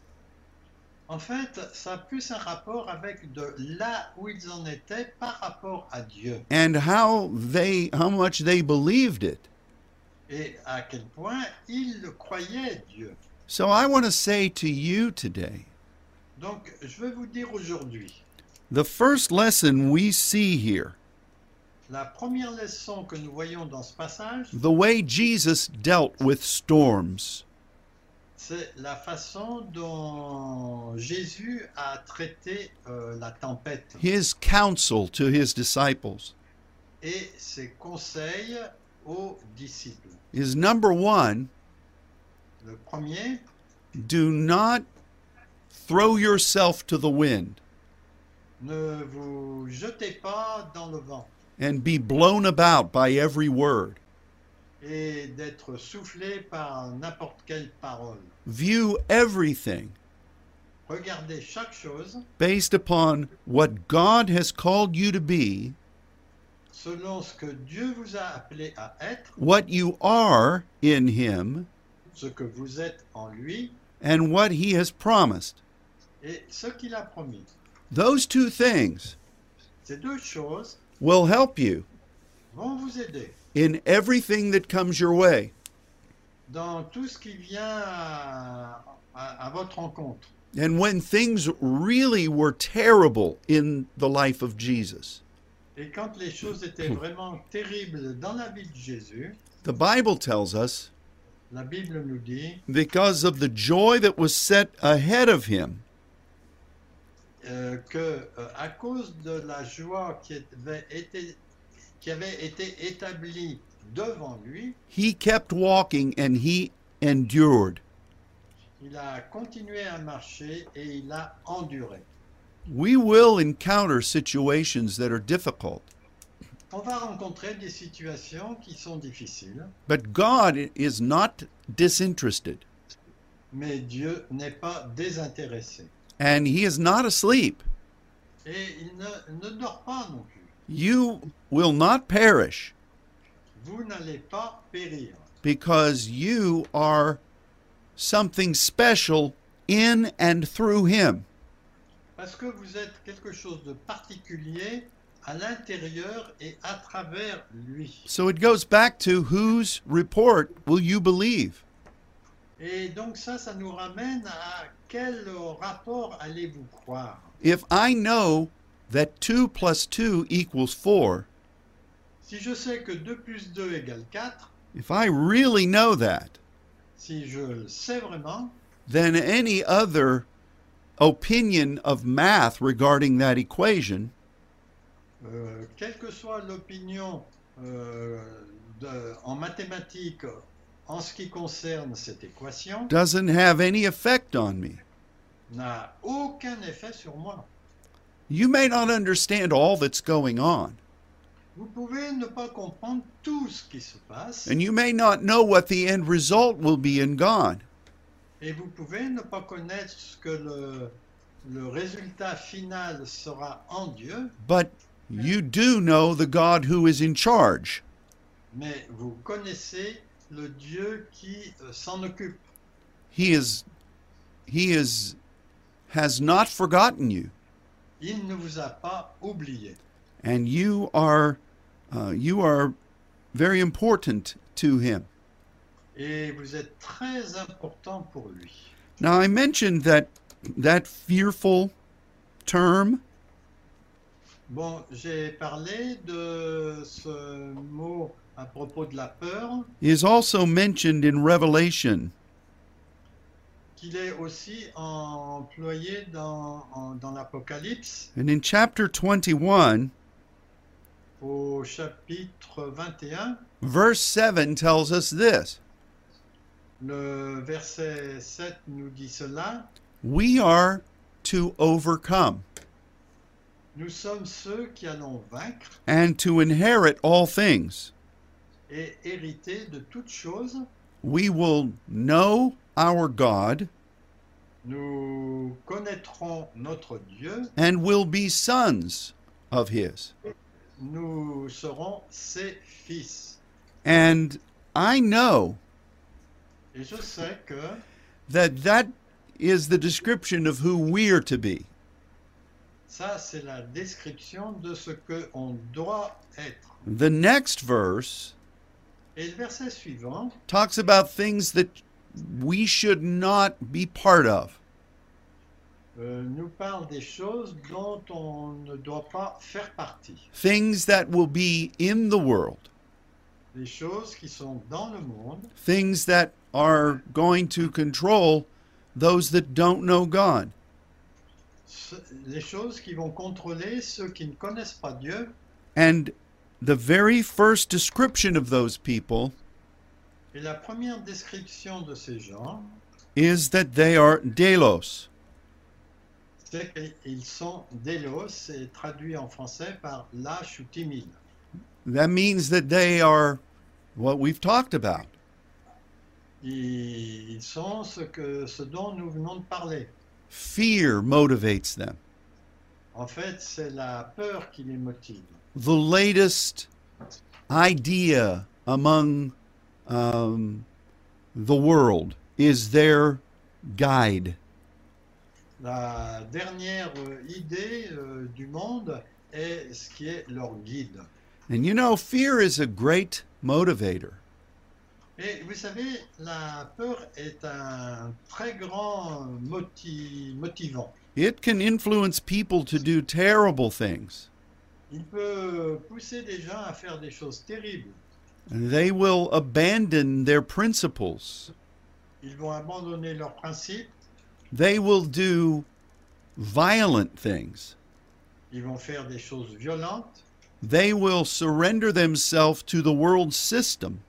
[SPEAKER 2] En fait, ça a plus un rapport avec de là où ils en étaient par rapport à Dieu
[SPEAKER 1] and how they how much they believed it.
[SPEAKER 2] et à quel point ils le croyaient Dieu.
[SPEAKER 1] So I want to say to you today,
[SPEAKER 2] Donc, je vais vous dire aujourd'hui,
[SPEAKER 1] the first lesson we see here,
[SPEAKER 2] la première leçon que nous voyons dans ce passage,
[SPEAKER 1] the way Jesus dealt with storms.
[SPEAKER 2] c'est la façon dont Jésus a traité euh, la tempête.
[SPEAKER 1] His counsel to his disciples
[SPEAKER 2] et ses conseils aux disciples.
[SPEAKER 1] is number 1,
[SPEAKER 2] Le premier,
[SPEAKER 1] do not throw yourself to the wind
[SPEAKER 2] ne vous jetez pas dans le vent
[SPEAKER 1] and be blown about by every word.
[SPEAKER 2] et d'être soufflé par n'importe quelle parole.
[SPEAKER 1] View everything
[SPEAKER 2] Regardez chaque chose
[SPEAKER 1] based upon what God has called you to be,
[SPEAKER 2] selon ce que Dieu vous a appelé à être,
[SPEAKER 1] what you are in Him,
[SPEAKER 2] ce que vous êtes en lui
[SPEAKER 1] and what He has promised.
[SPEAKER 2] et ce qu'il a promis.
[SPEAKER 1] Those two things
[SPEAKER 2] Ces deux choses
[SPEAKER 1] will help you
[SPEAKER 2] vont vous aider
[SPEAKER 1] in everything that comes your way.
[SPEAKER 2] dans tout ce qui vient à, à- à votre rencontre.
[SPEAKER 1] And when things really were terrible in the life of Jesus,
[SPEAKER 2] Et quand les choses étaient vraiment terribles dans la vie de Jésus,
[SPEAKER 1] the Bible tells us
[SPEAKER 2] la Bible nous dit,
[SPEAKER 1] because of the joy that was set ahead of him,
[SPEAKER 2] euh, que euh, à cause de la joie qui avait été, qui avait été établie devant lui,
[SPEAKER 1] he kept walking and he endured.
[SPEAKER 2] il a continué à marcher et il a enduré.
[SPEAKER 1] We will encounter situations that are difficult,
[SPEAKER 2] On va rencontrer des situations qui sont difficiles,
[SPEAKER 1] but God is not disinterested
[SPEAKER 2] mais Dieu n'est pas désintéressé.
[SPEAKER 1] and he is not asleep.
[SPEAKER 2] Et il ne, ne dort pas non plus.
[SPEAKER 1] You will not perish
[SPEAKER 2] Vous n'allez pas périr,
[SPEAKER 1] because you are something special in and through him.
[SPEAKER 2] parce que vous êtes quelque chose de particulier à l'intérieur et à travers lui.
[SPEAKER 1] So it goes back to whose report will you believe?
[SPEAKER 2] Et donc ça, ça nous ramène à quel rapport allez-vous croire
[SPEAKER 1] If I know that 2 plus 2 equals 4,
[SPEAKER 2] Si je sais que 2 plus 2 égale 4,
[SPEAKER 1] if I really know that,
[SPEAKER 2] si je le sais vraiment,
[SPEAKER 1] then any other opinion of math regarding that equation
[SPEAKER 2] euh, quelle que soit l'opinion euh, de- en mathématiques en ce qui concerne cette équation,
[SPEAKER 1] doesn't have any effect on me.
[SPEAKER 2] n'a aucun effet sur moi.
[SPEAKER 1] You may not understand all that's going on,
[SPEAKER 2] Vous pouvez ne pas comprendre tout ce qui se passe
[SPEAKER 1] and you may not know what the end result will be in God,
[SPEAKER 2] et vous pouvez ne pas connaître ce que le, le résultat final sera en Dieu,
[SPEAKER 1] but you do know the God who is in charge.
[SPEAKER 2] mais vous connaissez le Dieu qui euh, s'en occupe.
[SPEAKER 1] He is he is has not forgotten you,
[SPEAKER 2] Il ne vous a pas oublié.
[SPEAKER 1] and you are uh, you are very important to him.
[SPEAKER 2] Et vous êtes très important pour lui.
[SPEAKER 1] Now I mentioned that that fearful term
[SPEAKER 2] Bon, j'ai parlé de ce mot à propos de la peur,
[SPEAKER 1] is also mentioned in Revelation
[SPEAKER 2] qu'il est aussi employé dans, en- dans l'Apocalypse
[SPEAKER 1] and in chapter 21
[SPEAKER 2] au chapitre 21.
[SPEAKER 1] verse 7 tells us this.
[SPEAKER 2] Le verset 7 nous dit cela.
[SPEAKER 1] We are to overcome
[SPEAKER 2] Nous sommes ceux qui allons vaincre
[SPEAKER 1] and to inherit all things.
[SPEAKER 2] et hériter de toutes choses.
[SPEAKER 1] We will know our God
[SPEAKER 2] Nous connaîtrons notre Dieu.
[SPEAKER 1] and will be sons of his.
[SPEAKER 2] Nous serons ses fils.
[SPEAKER 1] And I know
[SPEAKER 2] Et je sais que
[SPEAKER 1] that that is the description of who we're to be.
[SPEAKER 2] ça, c'est la description de ce que on doit être.
[SPEAKER 1] The next verse
[SPEAKER 2] Et le verset suivant
[SPEAKER 1] talks about things that we should not be part of.
[SPEAKER 2] euh, nous parle des choses dont on ne doit pas faire partie.
[SPEAKER 1] Things that will be in the world,
[SPEAKER 2] Des choses qui sont dans le monde
[SPEAKER 1] things that are going to control those that don't know God.
[SPEAKER 2] ce- les choses qui vont contrôler ceux qui ne connaissent pas Dieu.
[SPEAKER 1] And the very first description of those people
[SPEAKER 2] Et la première description de ces gens,
[SPEAKER 1] is that they are delos,
[SPEAKER 2] c'est qu'ils sont délos et traduit en français par lâche ou timide.
[SPEAKER 1] That means that they are what we've talked about.
[SPEAKER 2] Ils sont ce, que, ce dont nous venons de parler.
[SPEAKER 1] Fear motivates them.
[SPEAKER 2] En fait, c'est la peur qui les motive.
[SPEAKER 1] The latest idea among um, the world is their guide.
[SPEAKER 2] La dernière euh, idée euh, du monde est ce qui est leur guide.
[SPEAKER 1] And you know, fear is a great motivator.
[SPEAKER 2] Et vous savez, la peur est un très grand moti- motivant.
[SPEAKER 1] It can influence people to do terrible things,
[SPEAKER 2] Il peut pousser des gens à faire des choses terribles.
[SPEAKER 1] and they will abandon their principles.
[SPEAKER 2] Ils vont abandonner leurs principes,
[SPEAKER 1] They will do violent things.
[SPEAKER 2] ils vont faire des choses violentes,
[SPEAKER 1] They will surrender themselves to the world system.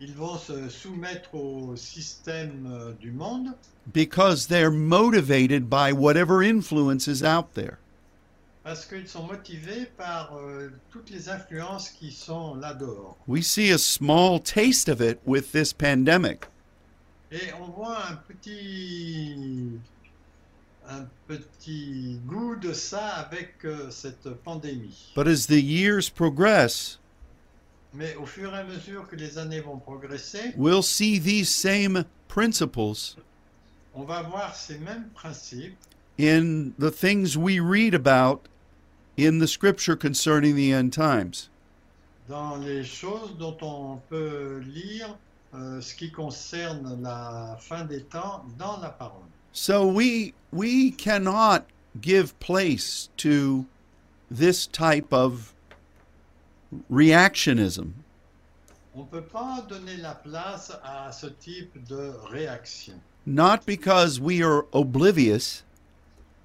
[SPEAKER 2] ils vont se soumettre au système euh, du monde
[SPEAKER 1] because they're motivated by whatever influence is out there.
[SPEAKER 2] parce qu'ils sont motivés par euh, toutes les influences qui sont là dehors.
[SPEAKER 1] We see a small taste of it with this pandemic.
[SPEAKER 2] Et on voit un petit, un petit goût de ça avec euh, cette pandémie.
[SPEAKER 1] But as the years progress,
[SPEAKER 2] Mais au fur et à mesure que les années vont progresser,
[SPEAKER 1] we'll see these same principles
[SPEAKER 2] on va voir ces mêmes principes
[SPEAKER 1] in the things we read about in the scripture concerning the end times.
[SPEAKER 2] dans les choses dont on peut lire euh, ce qui concerne la fin des temps dans la parole.
[SPEAKER 1] So we we cannot give place to this type of reactionism
[SPEAKER 2] On ne peut pas donner la place à ce type de réaction.
[SPEAKER 1] not because we are oblivious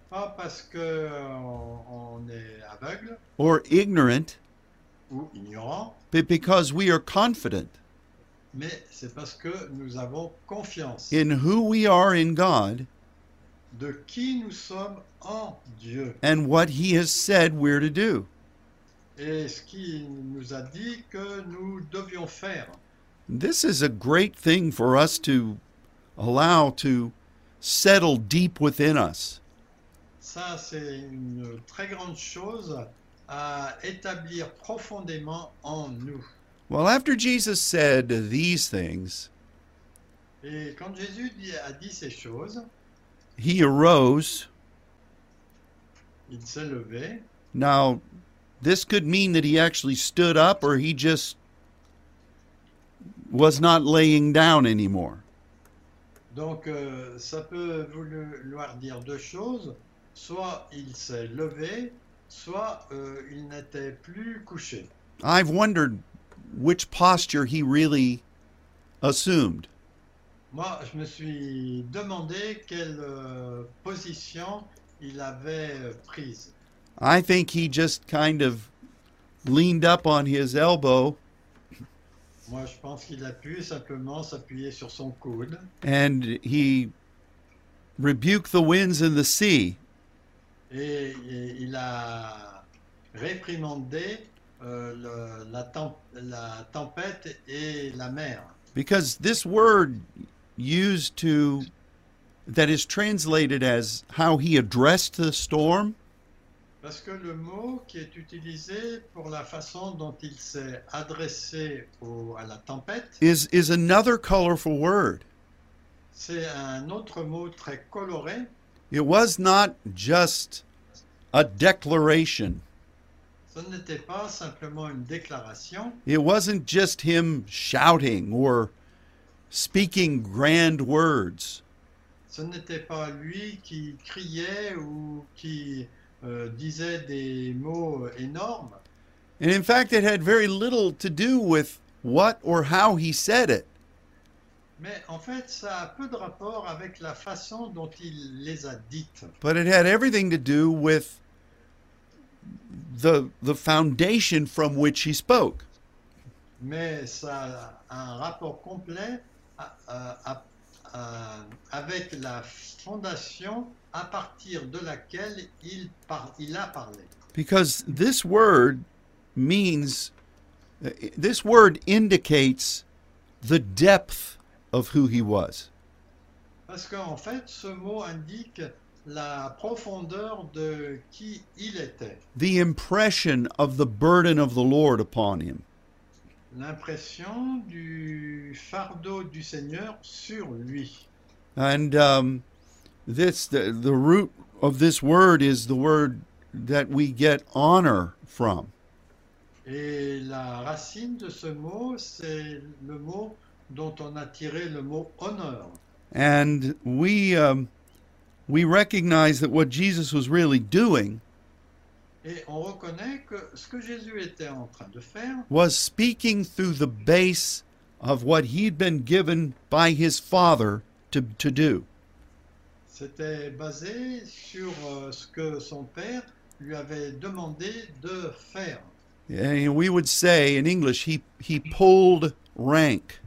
[SPEAKER 2] Pas parce que euh, on on est aveugle
[SPEAKER 1] or ignorant,
[SPEAKER 2] ou ignorant,
[SPEAKER 1] but because we are confident
[SPEAKER 2] mais c'est parce que nous avons confiance
[SPEAKER 1] in who we are in God
[SPEAKER 2] de qui nous sommes en Dieu
[SPEAKER 1] and what He has said we're to do.
[SPEAKER 2] et ce qu'il nous a dit que nous devions faire.
[SPEAKER 1] This is a great thing for us to allow to settle deep within us.
[SPEAKER 2] Ça, c'est une très grande chose à établir profondément en nous.
[SPEAKER 1] Well, after Jesus said these things,
[SPEAKER 2] Et quand Jésus dit- a dit ces choses,
[SPEAKER 1] He arose.
[SPEAKER 2] il s'est levé.
[SPEAKER 1] Now, this could mean that He actually stood up or He just was not laying down anymore.
[SPEAKER 2] Donc, euh, ça peut vouloir dire deux choses. Soit il s'est levé, soit euh, il n'était plus couché.
[SPEAKER 1] I've wondered which posture he really assumed.
[SPEAKER 2] Moi, je me suis demandé quelle euh, position il avait euh, prise.
[SPEAKER 1] I think he just kind of leaned up on his elbow
[SPEAKER 2] Moi, je pense qu'il a pu simplement s'appuyer sur son coude.
[SPEAKER 1] and he rebuked the winds and the sea.
[SPEAKER 2] Et, et il a réprimandé euh, le- la, tem- la tempête et la mer.
[SPEAKER 1] Because this word used to, that is translated as how he addressed the storm,
[SPEAKER 2] Parce que le mot qui est utilisé pour la façon dont il s'est adressé au- à la tempête,
[SPEAKER 1] is, is another colorful word.
[SPEAKER 2] c'est un autre mot très coloré.
[SPEAKER 1] It was not just a declaration
[SPEAKER 2] Ce n'était pas simplement une déclaration,
[SPEAKER 1] It wasn't just him shouting or speaking grand words.
[SPEAKER 2] ce n'était pas lui qui criait ou qui euh, disait des mots énormes.
[SPEAKER 1] And in fact, it had very little to do with what or how he said it.
[SPEAKER 2] Mais en fait, ça a peu de rapport avec la façon dont il les a dites.
[SPEAKER 1] But it had everything to do with the, the foundation from which he spoke.
[SPEAKER 2] Mais ça a un rapport complet à- à- à- à- avec la fondation à partir de laquelle il, par- il a parlé.
[SPEAKER 1] Because this word means, this word indicates the depth of who he was.
[SPEAKER 2] Parce qu'en fait, ce mot indique la profondeur de qui il était,
[SPEAKER 1] the impression of the burden of the Lord upon him.
[SPEAKER 2] l'impression du fardeau du Seigneur sur lui.
[SPEAKER 1] And um, this, the, the root of this word is the word that we get honor from.
[SPEAKER 2] Et la racine de ce mot, c'est le mot dont on a tiré le mot honneur.
[SPEAKER 1] And we, um, we recognize that what Jesus was really doing
[SPEAKER 2] Et on reconnaît que ce que Jésus était en train de faire,
[SPEAKER 1] was speaking through the base of what he'd been given by his Father to, to do.
[SPEAKER 2] c'était basé sur euh, ce que son père lui avait demandé de faire.
[SPEAKER 1] And we would say in English, he, he pulled rank.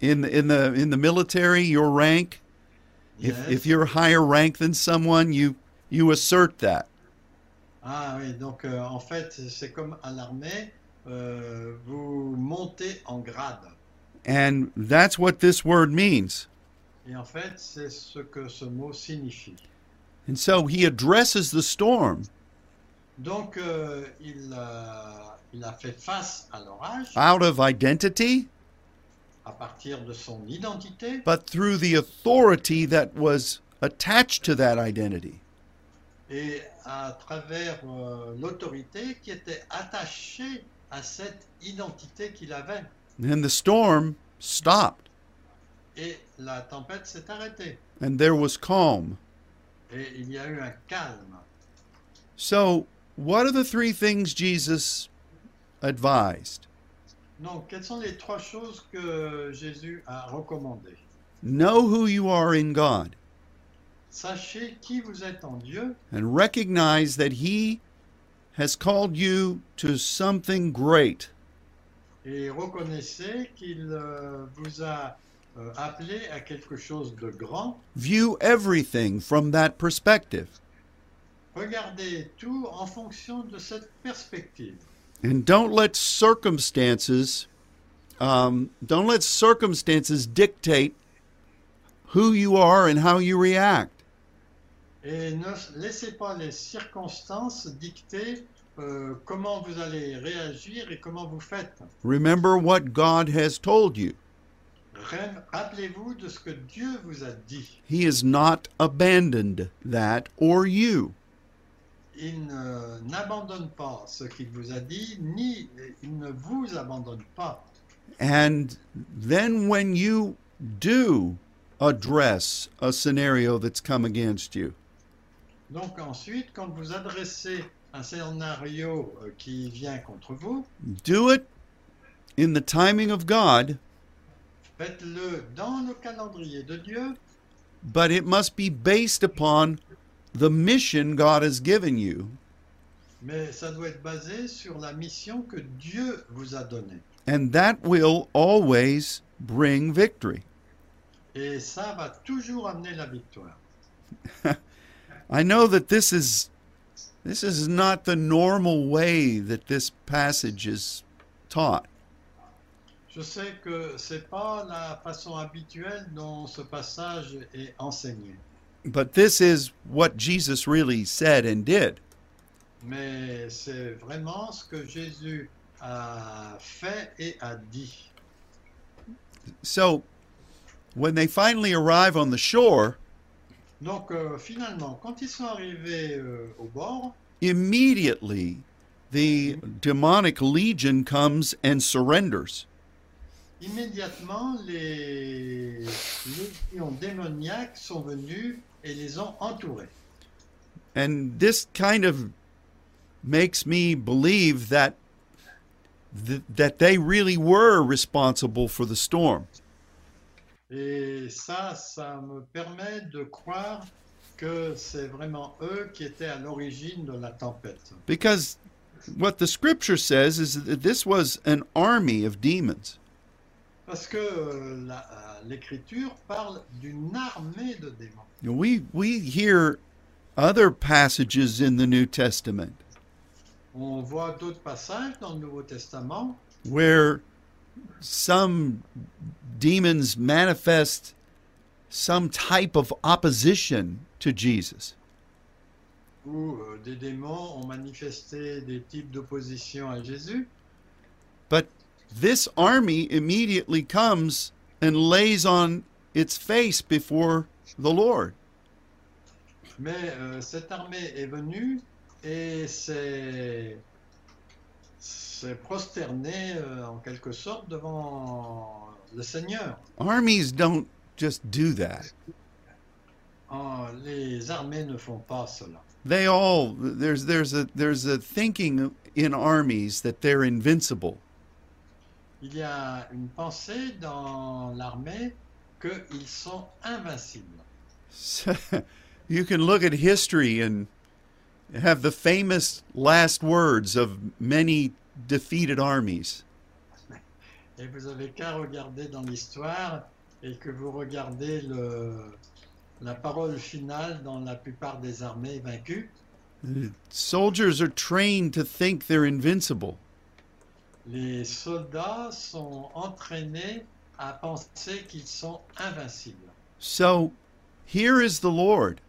[SPEAKER 1] In the, in the, in the military, your rank, if,
[SPEAKER 2] Yes.
[SPEAKER 1] if you're higher rank than someone, you, you assert that.
[SPEAKER 2] Ah oui, donc euh, en fait, c'est comme à l'armée, euh, vous montez en grade.
[SPEAKER 1] And that's what this word means.
[SPEAKER 2] Et en fait, c'est ce que ce mot signifie.
[SPEAKER 1] And so he addresses the storm.
[SPEAKER 2] Donc, euh, il, euh, il a fait face à l'orage
[SPEAKER 1] out of identity,
[SPEAKER 2] à partir de son identité,
[SPEAKER 1] but through the authority that was attached to that identity.
[SPEAKER 2] et à travers euh, l'autorité qui était attachée à cette identité qu'il avait.
[SPEAKER 1] And the storm stopped,
[SPEAKER 2] Et la tempête s'est arrêtée.
[SPEAKER 1] and there was calm.
[SPEAKER 2] Et il y a eu un calme.
[SPEAKER 1] So, what are the three things Jesus advised?
[SPEAKER 2] Donc, quelles sont les trois choses que Jésus a recommandées
[SPEAKER 1] Know who you are in God
[SPEAKER 2] Sachez qui vous êtes en Dieu
[SPEAKER 1] and recognize that He has called you to something great.
[SPEAKER 2] et reconnaissez qu'il euh, vous a euh, appelé à quelque chose de grand.
[SPEAKER 1] View everything from that perspective
[SPEAKER 2] Regardez tout en fonction de cette perspective.
[SPEAKER 1] and don't let circumstances um, don't let circumstances dictate who you are and how you react
[SPEAKER 2] Et ne laissez pas les circonstances dicter euh, comment vous allez réagir et comment vous faites.
[SPEAKER 1] remember what god has told you
[SPEAKER 2] Rêve- Rappelez-vous de ce que Dieu vous a dit.
[SPEAKER 1] he has not abandoned that or you
[SPEAKER 2] Il ne- n'abandonne pas ce qu'il vous a dit, ni il ne vous abandonne pas.
[SPEAKER 1] and then when you do address a scenario that's come against you
[SPEAKER 2] Donc ensuite, quand vous adressez un scénario euh, qui vient contre vous,
[SPEAKER 1] do it in the timing of god
[SPEAKER 2] faites-le dans le calendrier de Dieu,
[SPEAKER 1] but it must be based upon the mission god has given you
[SPEAKER 2] mais ça doit être basé sur la mission que Dieu vous a donnée.
[SPEAKER 1] And that will always bring victory.
[SPEAKER 2] Et ça va toujours amener la victoire.
[SPEAKER 1] I know that this is this is not the normal way that this passage is taught,
[SPEAKER 2] Je sais que c'est pas la façon habituelle dont ce passage est enseigné,
[SPEAKER 1] but this is what Jesus really said and did.
[SPEAKER 2] mais c'est vraiment ce que Jésus a fait et a dit.
[SPEAKER 1] So when they finally arrive on the shore,
[SPEAKER 2] Donc euh, finalement, quand ils sont arrivés euh, au bord,
[SPEAKER 1] immediately the demonic legion comes and surrenders.
[SPEAKER 2] Immédiatement, les légions démoniaques sont venues et les ont entourés.
[SPEAKER 1] And this kind of makes me believe that th- that they really were responsible for the storm.
[SPEAKER 2] Et ça, ça me permet de croire que c'est vraiment eux qui étaient à l'origine de la tempête.
[SPEAKER 1] Because what the scripture says is that this was an army of demons.
[SPEAKER 2] Parce que euh, la- euh, l'écriture parle d'une armée de démons.
[SPEAKER 1] You know, We we hear other passages in the New Testament
[SPEAKER 2] On voit d'autres passages dans le Nouveau Testament
[SPEAKER 1] where some demons manifest some type of opposition to Jesus.
[SPEAKER 2] où euh, des démons ont manifesté des types d'opposition à Jésus.
[SPEAKER 1] But this army immediately comes and lays on its face before the Lord.
[SPEAKER 2] Mais euh, cette armée est venue et s'est s'est prosternée euh, en quelque sorte devant le Seigneur.
[SPEAKER 1] Armies don't just do that.
[SPEAKER 2] En- Oh, les armées ne font pas cela.
[SPEAKER 1] They all there's there's a there's a thinking in armies that they're invincible.
[SPEAKER 2] Il y a une pensée dans l'armée qu'ils sont invincibles.
[SPEAKER 1] So, you can look at history and have the famous last words of many defeated armies.
[SPEAKER 2] Et vous avez qu'à regarder dans l'histoire et que vous regardez le, la parole finale dans la plupart des armées vaincues.
[SPEAKER 1] Soldiers are trained to think they're invincible.
[SPEAKER 2] Les soldats sont entraînés à penser qu'ils sont invincibles.
[SPEAKER 1] So here is the Lord.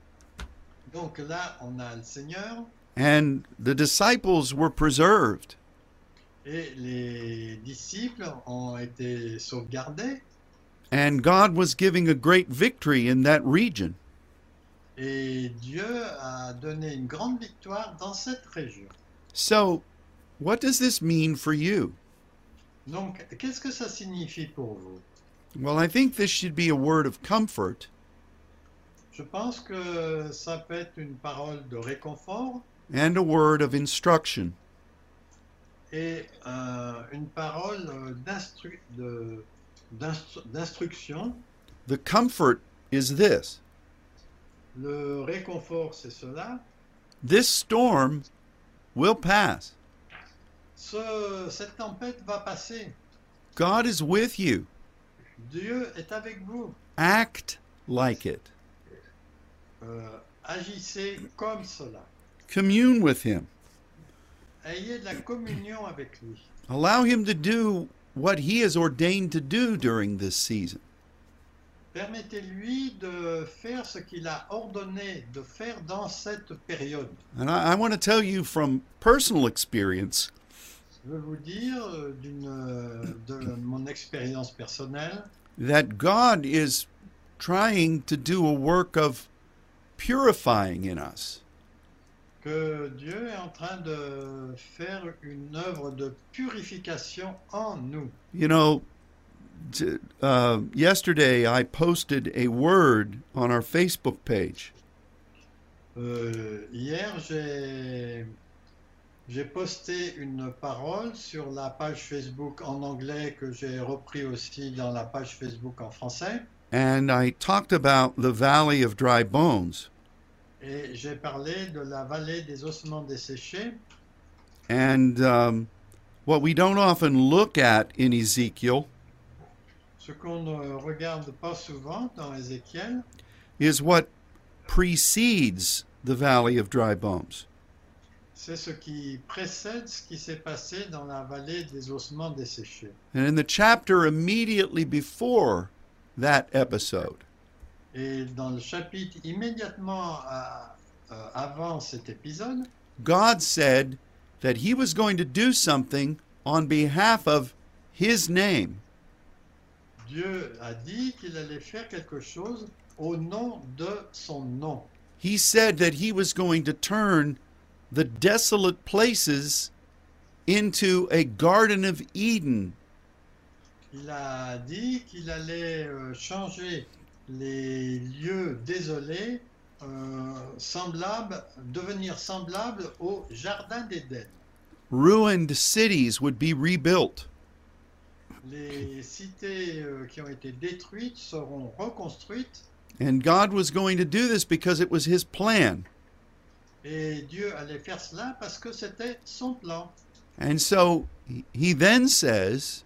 [SPEAKER 2] Donc là, on a le Seigneur
[SPEAKER 1] And the disciples were preserved.
[SPEAKER 2] et les disciples ont été sauvegardés
[SPEAKER 1] And God was giving a great victory in that region.
[SPEAKER 2] et Dieu a donné une grande victoire dans cette région.
[SPEAKER 1] So, what does this mean for you?
[SPEAKER 2] Donc, qu'est-ce que ça signifie pour vous
[SPEAKER 1] Well, I think this should be a word of comfort,
[SPEAKER 2] Je pense que ça peut être une parole de réconfort
[SPEAKER 1] and a word of instruction,
[SPEAKER 2] et euh, une parole euh, d'instru- de- d'instru- d'instruction.
[SPEAKER 1] The comfort is this
[SPEAKER 2] Le réconfort, c'est cela.
[SPEAKER 1] this storm will pass.
[SPEAKER 2] Ce- cette tempête va passer.
[SPEAKER 1] God is with you.
[SPEAKER 2] Dieu est avec vous.
[SPEAKER 1] Act like it.
[SPEAKER 2] Euh, agissez comme cela.
[SPEAKER 1] Commune with Him.
[SPEAKER 2] Ayez de la communion avec lui.
[SPEAKER 1] Allow Him to do what He has ordained to do during this season.
[SPEAKER 2] Permettez-lui de faire ce qu'il a ordonné de faire dans cette période.
[SPEAKER 1] And I, I want to tell you from personal experience
[SPEAKER 2] Je veux vous dire euh, d'une, euh, de mon expérience personnelle
[SPEAKER 1] that God is trying to do a work of purifying in us.
[SPEAKER 2] que Dieu est en train de faire une œuvre de purification en nous.
[SPEAKER 1] You know, t- uh, yesterday I posted a word on our Facebook page,
[SPEAKER 2] Euh, hier, j'ai j'ai posté une parole sur la page Facebook en anglais que j'ai repris aussi dans la page Facebook en français
[SPEAKER 1] and I talked about the Valley of Dry Bones.
[SPEAKER 2] et j'ai parlé de la vallée des ossements desséchés
[SPEAKER 1] And um, what we don't often look at in Ezekiel
[SPEAKER 2] Ce qu'on ne regarde pas souvent dans Ézéchiel,
[SPEAKER 1] is what precedes the Valley of Dry Bones.
[SPEAKER 2] c'est ce qui précède ce qui s'est passé dans la vallée des ossements desséchés.
[SPEAKER 1] And in the chapter immediately before that episode,
[SPEAKER 2] Et dans le chapitre immédiatement à- euh, avant cet épisode,
[SPEAKER 1] God said that he was going to do something on behalf of his name.
[SPEAKER 2] Dieu a dit qu'il allait faire quelque chose au nom de son nom.
[SPEAKER 1] He said that he was going to turn the desolate places into a Garden of Eden.
[SPEAKER 2] Il a dit qu'il allait euh, changer les lieux désolés, euh, semblables, devenir semblables au jardin d'Éden.
[SPEAKER 1] Ruined cities would be rebuilt,
[SPEAKER 2] Les cités euh, qui ont été détruites seront reconstruites
[SPEAKER 1] and God was going to do this because it was his plan.
[SPEAKER 2] et Dieu allait faire cela parce que c'était son plan.
[SPEAKER 1] And so he- he then says,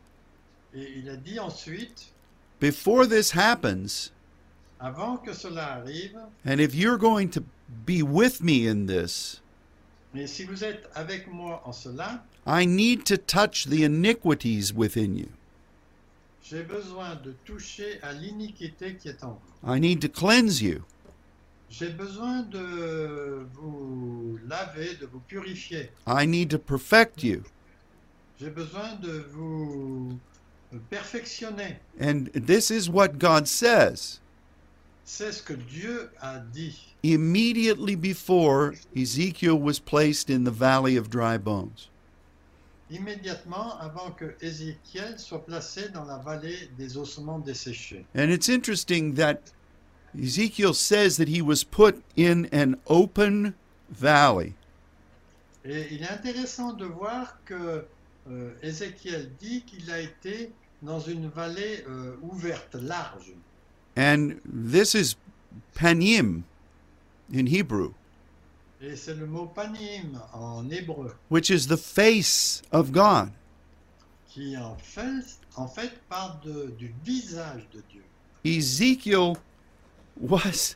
[SPEAKER 2] Et il a dit ensuite,
[SPEAKER 1] before this happens,
[SPEAKER 2] avant que cela arrive,
[SPEAKER 1] And if you're going to be with me in this,
[SPEAKER 2] mais si vous êtes avec moi en cela,
[SPEAKER 1] I need to touch the iniquities within you.
[SPEAKER 2] J'ai besoin de toucher à l'iniquité qui est en vous.
[SPEAKER 1] I need to cleanse you.
[SPEAKER 2] J'ai besoin de vous laver, de vous purifier.
[SPEAKER 1] I need to perfect you.
[SPEAKER 2] J'ai besoin de vous perfectionner.
[SPEAKER 1] And this is what God says
[SPEAKER 2] C'est ce que Dieu a dit
[SPEAKER 1] immediately before Ezekiel was placed in the valley of dry bones.
[SPEAKER 2] immédiatement avant que Ézéchiel soit placé dans la vallée des ossements desséchés.
[SPEAKER 1] And it's interesting that Ezekiel says that he was put in an open valley.
[SPEAKER 2] Et il est intéressant de voir que euh, Ézéchiel dit qu'il a été dans une vallée euh, ouverte, large.
[SPEAKER 1] And this is panim in Hebrew,
[SPEAKER 2] Et c'est le mot panim en hébreu,
[SPEAKER 1] which is the face of God.
[SPEAKER 2] qui en fait, en fait part de- du visage de Dieu.
[SPEAKER 1] Ezekiel was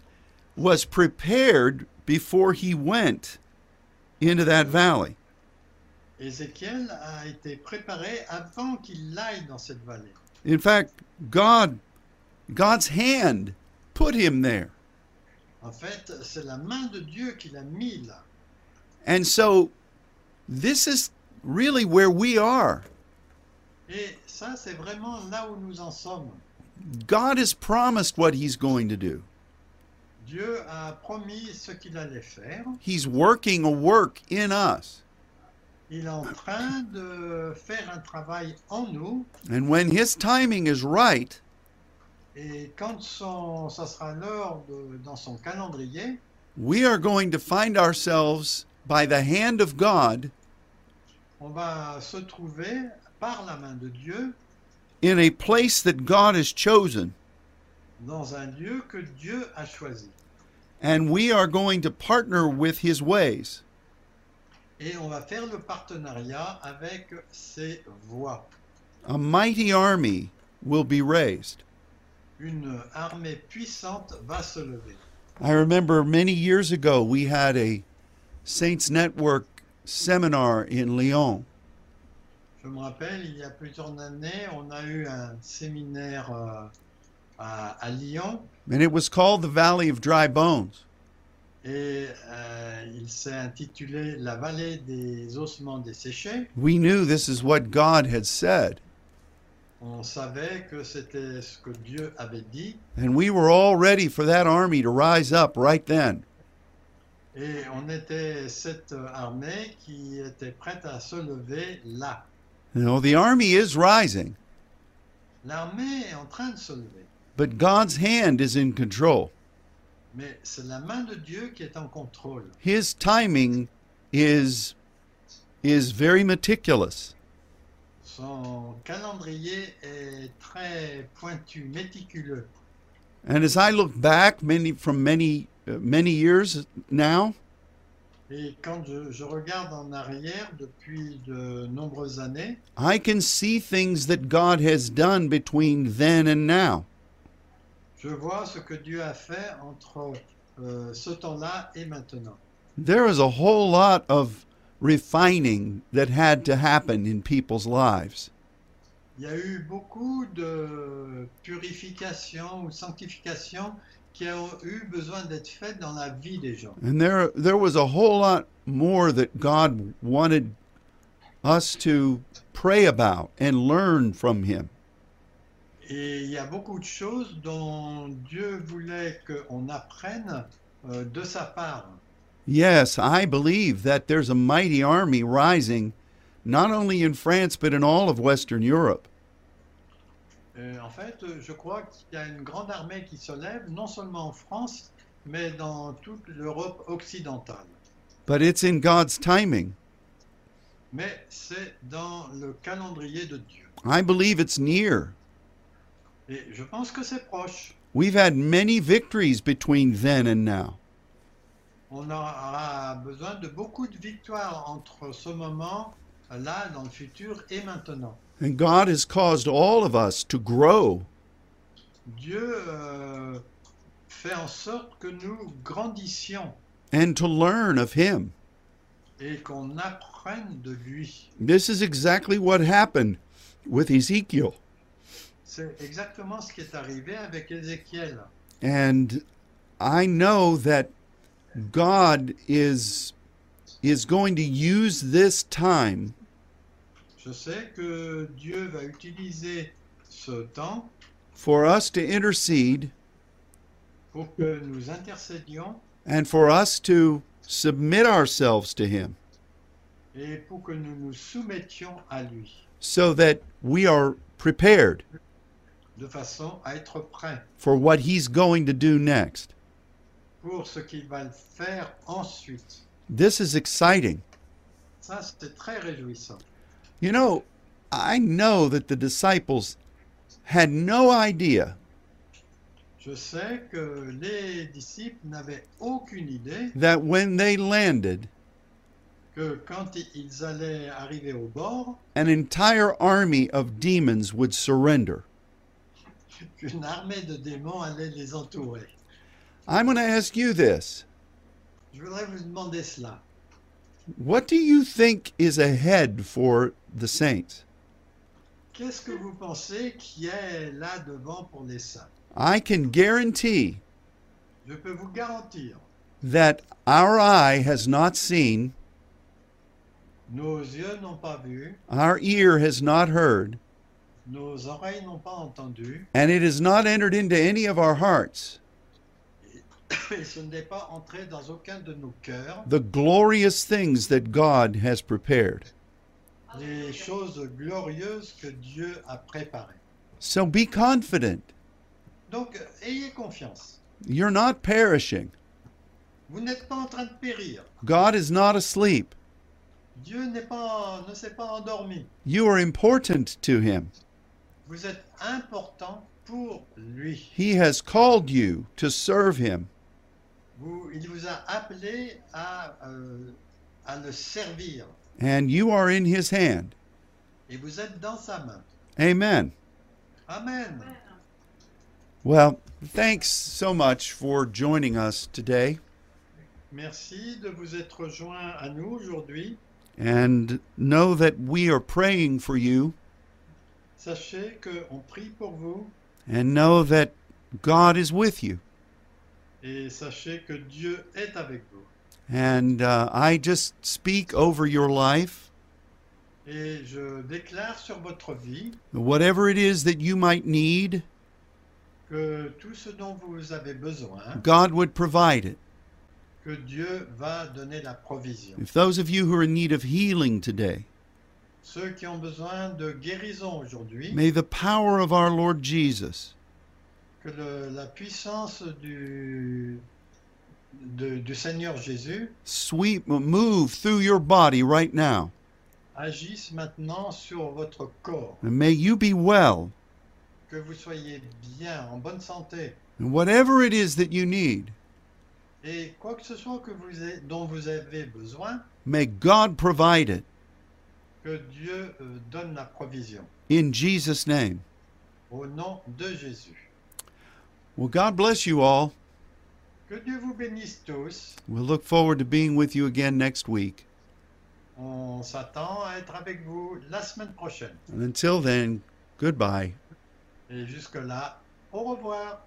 [SPEAKER 1] was prepared before he went into that valley.
[SPEAKER 2] Ézéchiel a été préparé avant qu'il aille dans cette vallée.
[SPEAKER 1] In fact, God God's hand put him there.
[SPEAKER 2] En fait, c'est la main de Dieu qui l'a mis là.
[SPEAKER 1] And so this is really where we are.
[SPEAKER 2] Et ça, c'est vraiment là où nous en sommes.
[SPEAKER 1] God has promised what he's going to do.
[SPEAKER 2] Dieu a promis ce qu'il allait faire.
[SPEAKER 1] He's working a work in us.
[SPEAKER 2] Il est en train de faire un travail en nous.
[SPEAKER 1] And when his timing is right,
[SPEAKER 2] Et quand son, ça sera l'heure de- dans son calendrier,
[SPEAKER 1] we are going to find ourselves by the hand of God
[SPEAKER 2] on va se trouver par la main de Dieu
[SPEAKER 1] in a place that God has chosen,
[SPEAKER 2] dans un lieu que Dieu a choisi.
[SPEAKER 1] and we are going to partner with His ways.
[SPEAKER 2] Et on va faire le partenariat avec ses voies.
[SPEAKER 1] A mighty army will be raised.
[SPEAKER 2] Une armée puissante va se lever.
[SPEAKER 1] I remember many years ago we had a Saints Network seminar in Lyon,
[SPEAKER 2] Je me rappelle, il y a plusieurs années, on a eu un séminaire euh, à, à Lyon
[SPEAKER 1] and it was called the Valley of Dry Bones.
[SPEAKER 2] et euh, il s'est intitulé La vallée des ossements desséchés.
[SPEAKER 1] We knew this is what God had said,
[SPEAKER 2] On savait que c'était ce que Dieu avait dit
[SPEAKER 1] and we were all ready for that army to rise up right then.
[SPEAKER 2] et on était cette armée qui était prête à se lever là.
[SPEAKER 1] You know, the army is rising,
[SPEAKER 2] L'armée est en train de se lever,
[SPEAKER 1] but God's hand is in control.
[SPEAKER 2] mais c'est la main de Dieu qui est en contrôle.
[SPEAKER 1] his timing is is very meticulous
[SPEAKER 2] Son calendrier est très pointu, méticuleux.
[SPEAKER 1] and as i look back many from many uh, many years now
[SPEAKER 2] Et quand je, je regarde en arrière depuis de nombreuses années,
[SPEAKER 1] i can see things that god has done between then and now
[SPEAKER 2] je vois ce que Dieu a fait entre euh, ce temps-là et maintenant.
[SPEAKER 1] there is a whole lot of refining that had to happen in people's lives
[SPEAKER 2] Il y a eu beaucoup de purification ou sanctification qui ont eu besoin d'être faites dans la vie des gens.
[SPEAKER 1] and there there was a whole lot more that god wanted us to pray about and learn from him
[SPEAKER 2] Et il y a beaucoup de choses dont Dieu voulait qu'on apprenne euh, de sa part.
[SPEAKER 1] Yes, I believe that there's a mighty army rising, not only in France, but in all of Western Europe.
[SPEAKER 2] Euh, en fait, euh, je crois qu'il y a une grande armée qui se lève, non seulement en France, mais dans toute l'Europe occidentale.
[SPEAKER 1] But it's in God's timing.
[SPEAKER 2] Mais c'est dans le calendrier de Dieu.
[SPEAKER 1] I believe it's near.
[SPEAKER 2] Et je pense que c'est proche.
[SPEAKER 1] We've had many victories between then and now.
[SPEAKER 2] On aura besoin de beaucoup de victoires entre ce moment, là, dans le futur, et maintenant.
[SPEAKER 1] And God has caused all of us to grow.
[SPEAKER 2] Dieu euh, fait en sorte que nous grandissions
[SPEAKER 1] And to learn of him.
[SPEAKER 2] et qu'on apprenne de lui.
[SPEAKER 1] This is exactly what happened with Ezekiel.
[SPEAKER 2] C'est exactement ce qui est arrivé avec Ézéchiel.
[SPEAKER 1] And I know that God is is going to use this time
[SPEAKER 2] Je sais que Dieu va utiliser ce temps
[SPEAKER 1] for us to intercede
[SPEAKER 2] pour que nous intercédions
[SPEAKER 1] and for us to submit ourselves to him
[SPEAKER 2] et pour que nous nous soumettions à lui,
[SPEAKER 1] so that we are prepared
[SPEAKER 2] de façon à être prêts
[SPEAKER 1] for what he's going to do next.
[SPEAKER 2] pour ce qu'il va faire ensuite.
[SPEAKER 1] This is exciting.
[SPEAKER 2] Ça, c'est très réjouissant.
[SPEAKER 1] You know, I know that the disciples had no idea
[SPEAKER 2] Je sais que les disciples n'avaient aucune idée
[SPEAKER 1] that when they landed,
[SPEAKER 2] que quand i- ils allaient arriver au bord,
[SPEAKER 1] an entire army of demons would surrender.
[SPEAKER 2] qu'une armée de démons allait les entourer.
[SPEAKER 1] I'm going to ask you this.
[SPEAKER 2] Je voudrais vous demander cela.
[SPEAKER 1] What do you think is ahead for the saints?
[SPEAKER 2] Qu'est-ce que vous pensez qui est là devant pour les saints
[SPEAKER 1] I can guarantee
[SPEAKER 2] Je peux vous garantir,
[SPEAKER 1] that our eye has not seen,
[SPEAKER 2] nos yeux n'ont pas vu,
[SPEAKER 1] our ear has not heard,
[SPEAKER 2] nos oreilles n'ont pas entendu,
[SPEAKER 1] and it has not entered into any of our hearts
[SPEAKER 2] et ce n'est pas entré dans aucun de nos cœurs
[SPEAKER 1] the glorious things that God has prepared.
[SPEAKER 2] les choses glorieuses que Dieu a préparées.
[SPEAKER 1] So be confident.
[SPEAKER 2] Donc, ayez confiance.
[SPEAKER 1] You're not perishing.
[SPEAKER 2] Vous n'êtes pas en train de périr.
[SPEAKER 1] God is not asleep.
[SPEAKER 2] Dieu n'est pas, ne s'est pas endormi.
[SPEAKER 1] You are important to Him.
[SPEAKER 2] Vous êtes important pour lui.
[SPEAKER 1] He has called you to serve Him.
[SPEAKER 2] Vous- il vous a appelé à, euh, à le servir
[SPEAKER 1] and you are in his hand.
[SPEAKER 2] et vous êtes dans sa main.
[SPEAKER 1] Amen.
[SPEAKER 2] Amen.
[SPEAKER 1] Well, thanks so much for joining us today.
[SPEAKER 2] Merci de vous être rejoint à nous aujourd'hui.
[SPEAKER 1] And know that we are praying for you
[SPEAKER 2] Sachez qu'on prie pour vous
[SPEAKER 1] and know that God is with you.
[SPEAKER 2] et sachez que Dieu est avec vous.
[SPEAKER 1] And uh, I just speak over your life,
[SPEAKER 2] Et je déclare sur votre vie
[SPEAKER 1] whatever it is that you might need,
[SPEAKER 2] que tout ce dont vous avez besoin,
[SPEAKER 1] God would provide it.
[SPEAKER 2] que Dieu va donner la provision.
[SPEAKER 1] If those of you who are in need of healing today,
[SPEAKER 2] Ceux qui ont besoin de guérison aujourd'hui,
[SPEAKER 1] may the power of our Lord Jesus
[SPEAKER 2] que le- la puissance du, de- du Seigneur Jésus
[SPEAKER 1] sweep, move through your body right now.
[SPEAKER 2] agisse maintenant sur votre corps,
[SPEAKER 1] And may you be well
[SPEAKER 2] que vous soyez bien, en bonne santé.
[SPEAKER 1] And whatever it is that you need,
[SPEAKER 2] Et quoi que ce soit que vous ai- dont vous avez besoin,
[SPEAKER 1] may God provide it
[SPEAKER 2] que Dieu euh, donne la provision.
[SPEAKER 1] in Jesus' name.
[SPEAKER 2] Au nom de Jésus.
[SPEAKER 1] Well, God bless you all.
[SPEAKER 2] Que Dieu vous bénisse tous.
[SPEAKER 1] We'll look forward to being with you again next week.
[SPEAKER 2] On s'attend à être avec vous la semaine prochaine.
[SPEAKER 1] And until then, goodbye.
[SPEAKER 2] Et jusque-là, au revoir.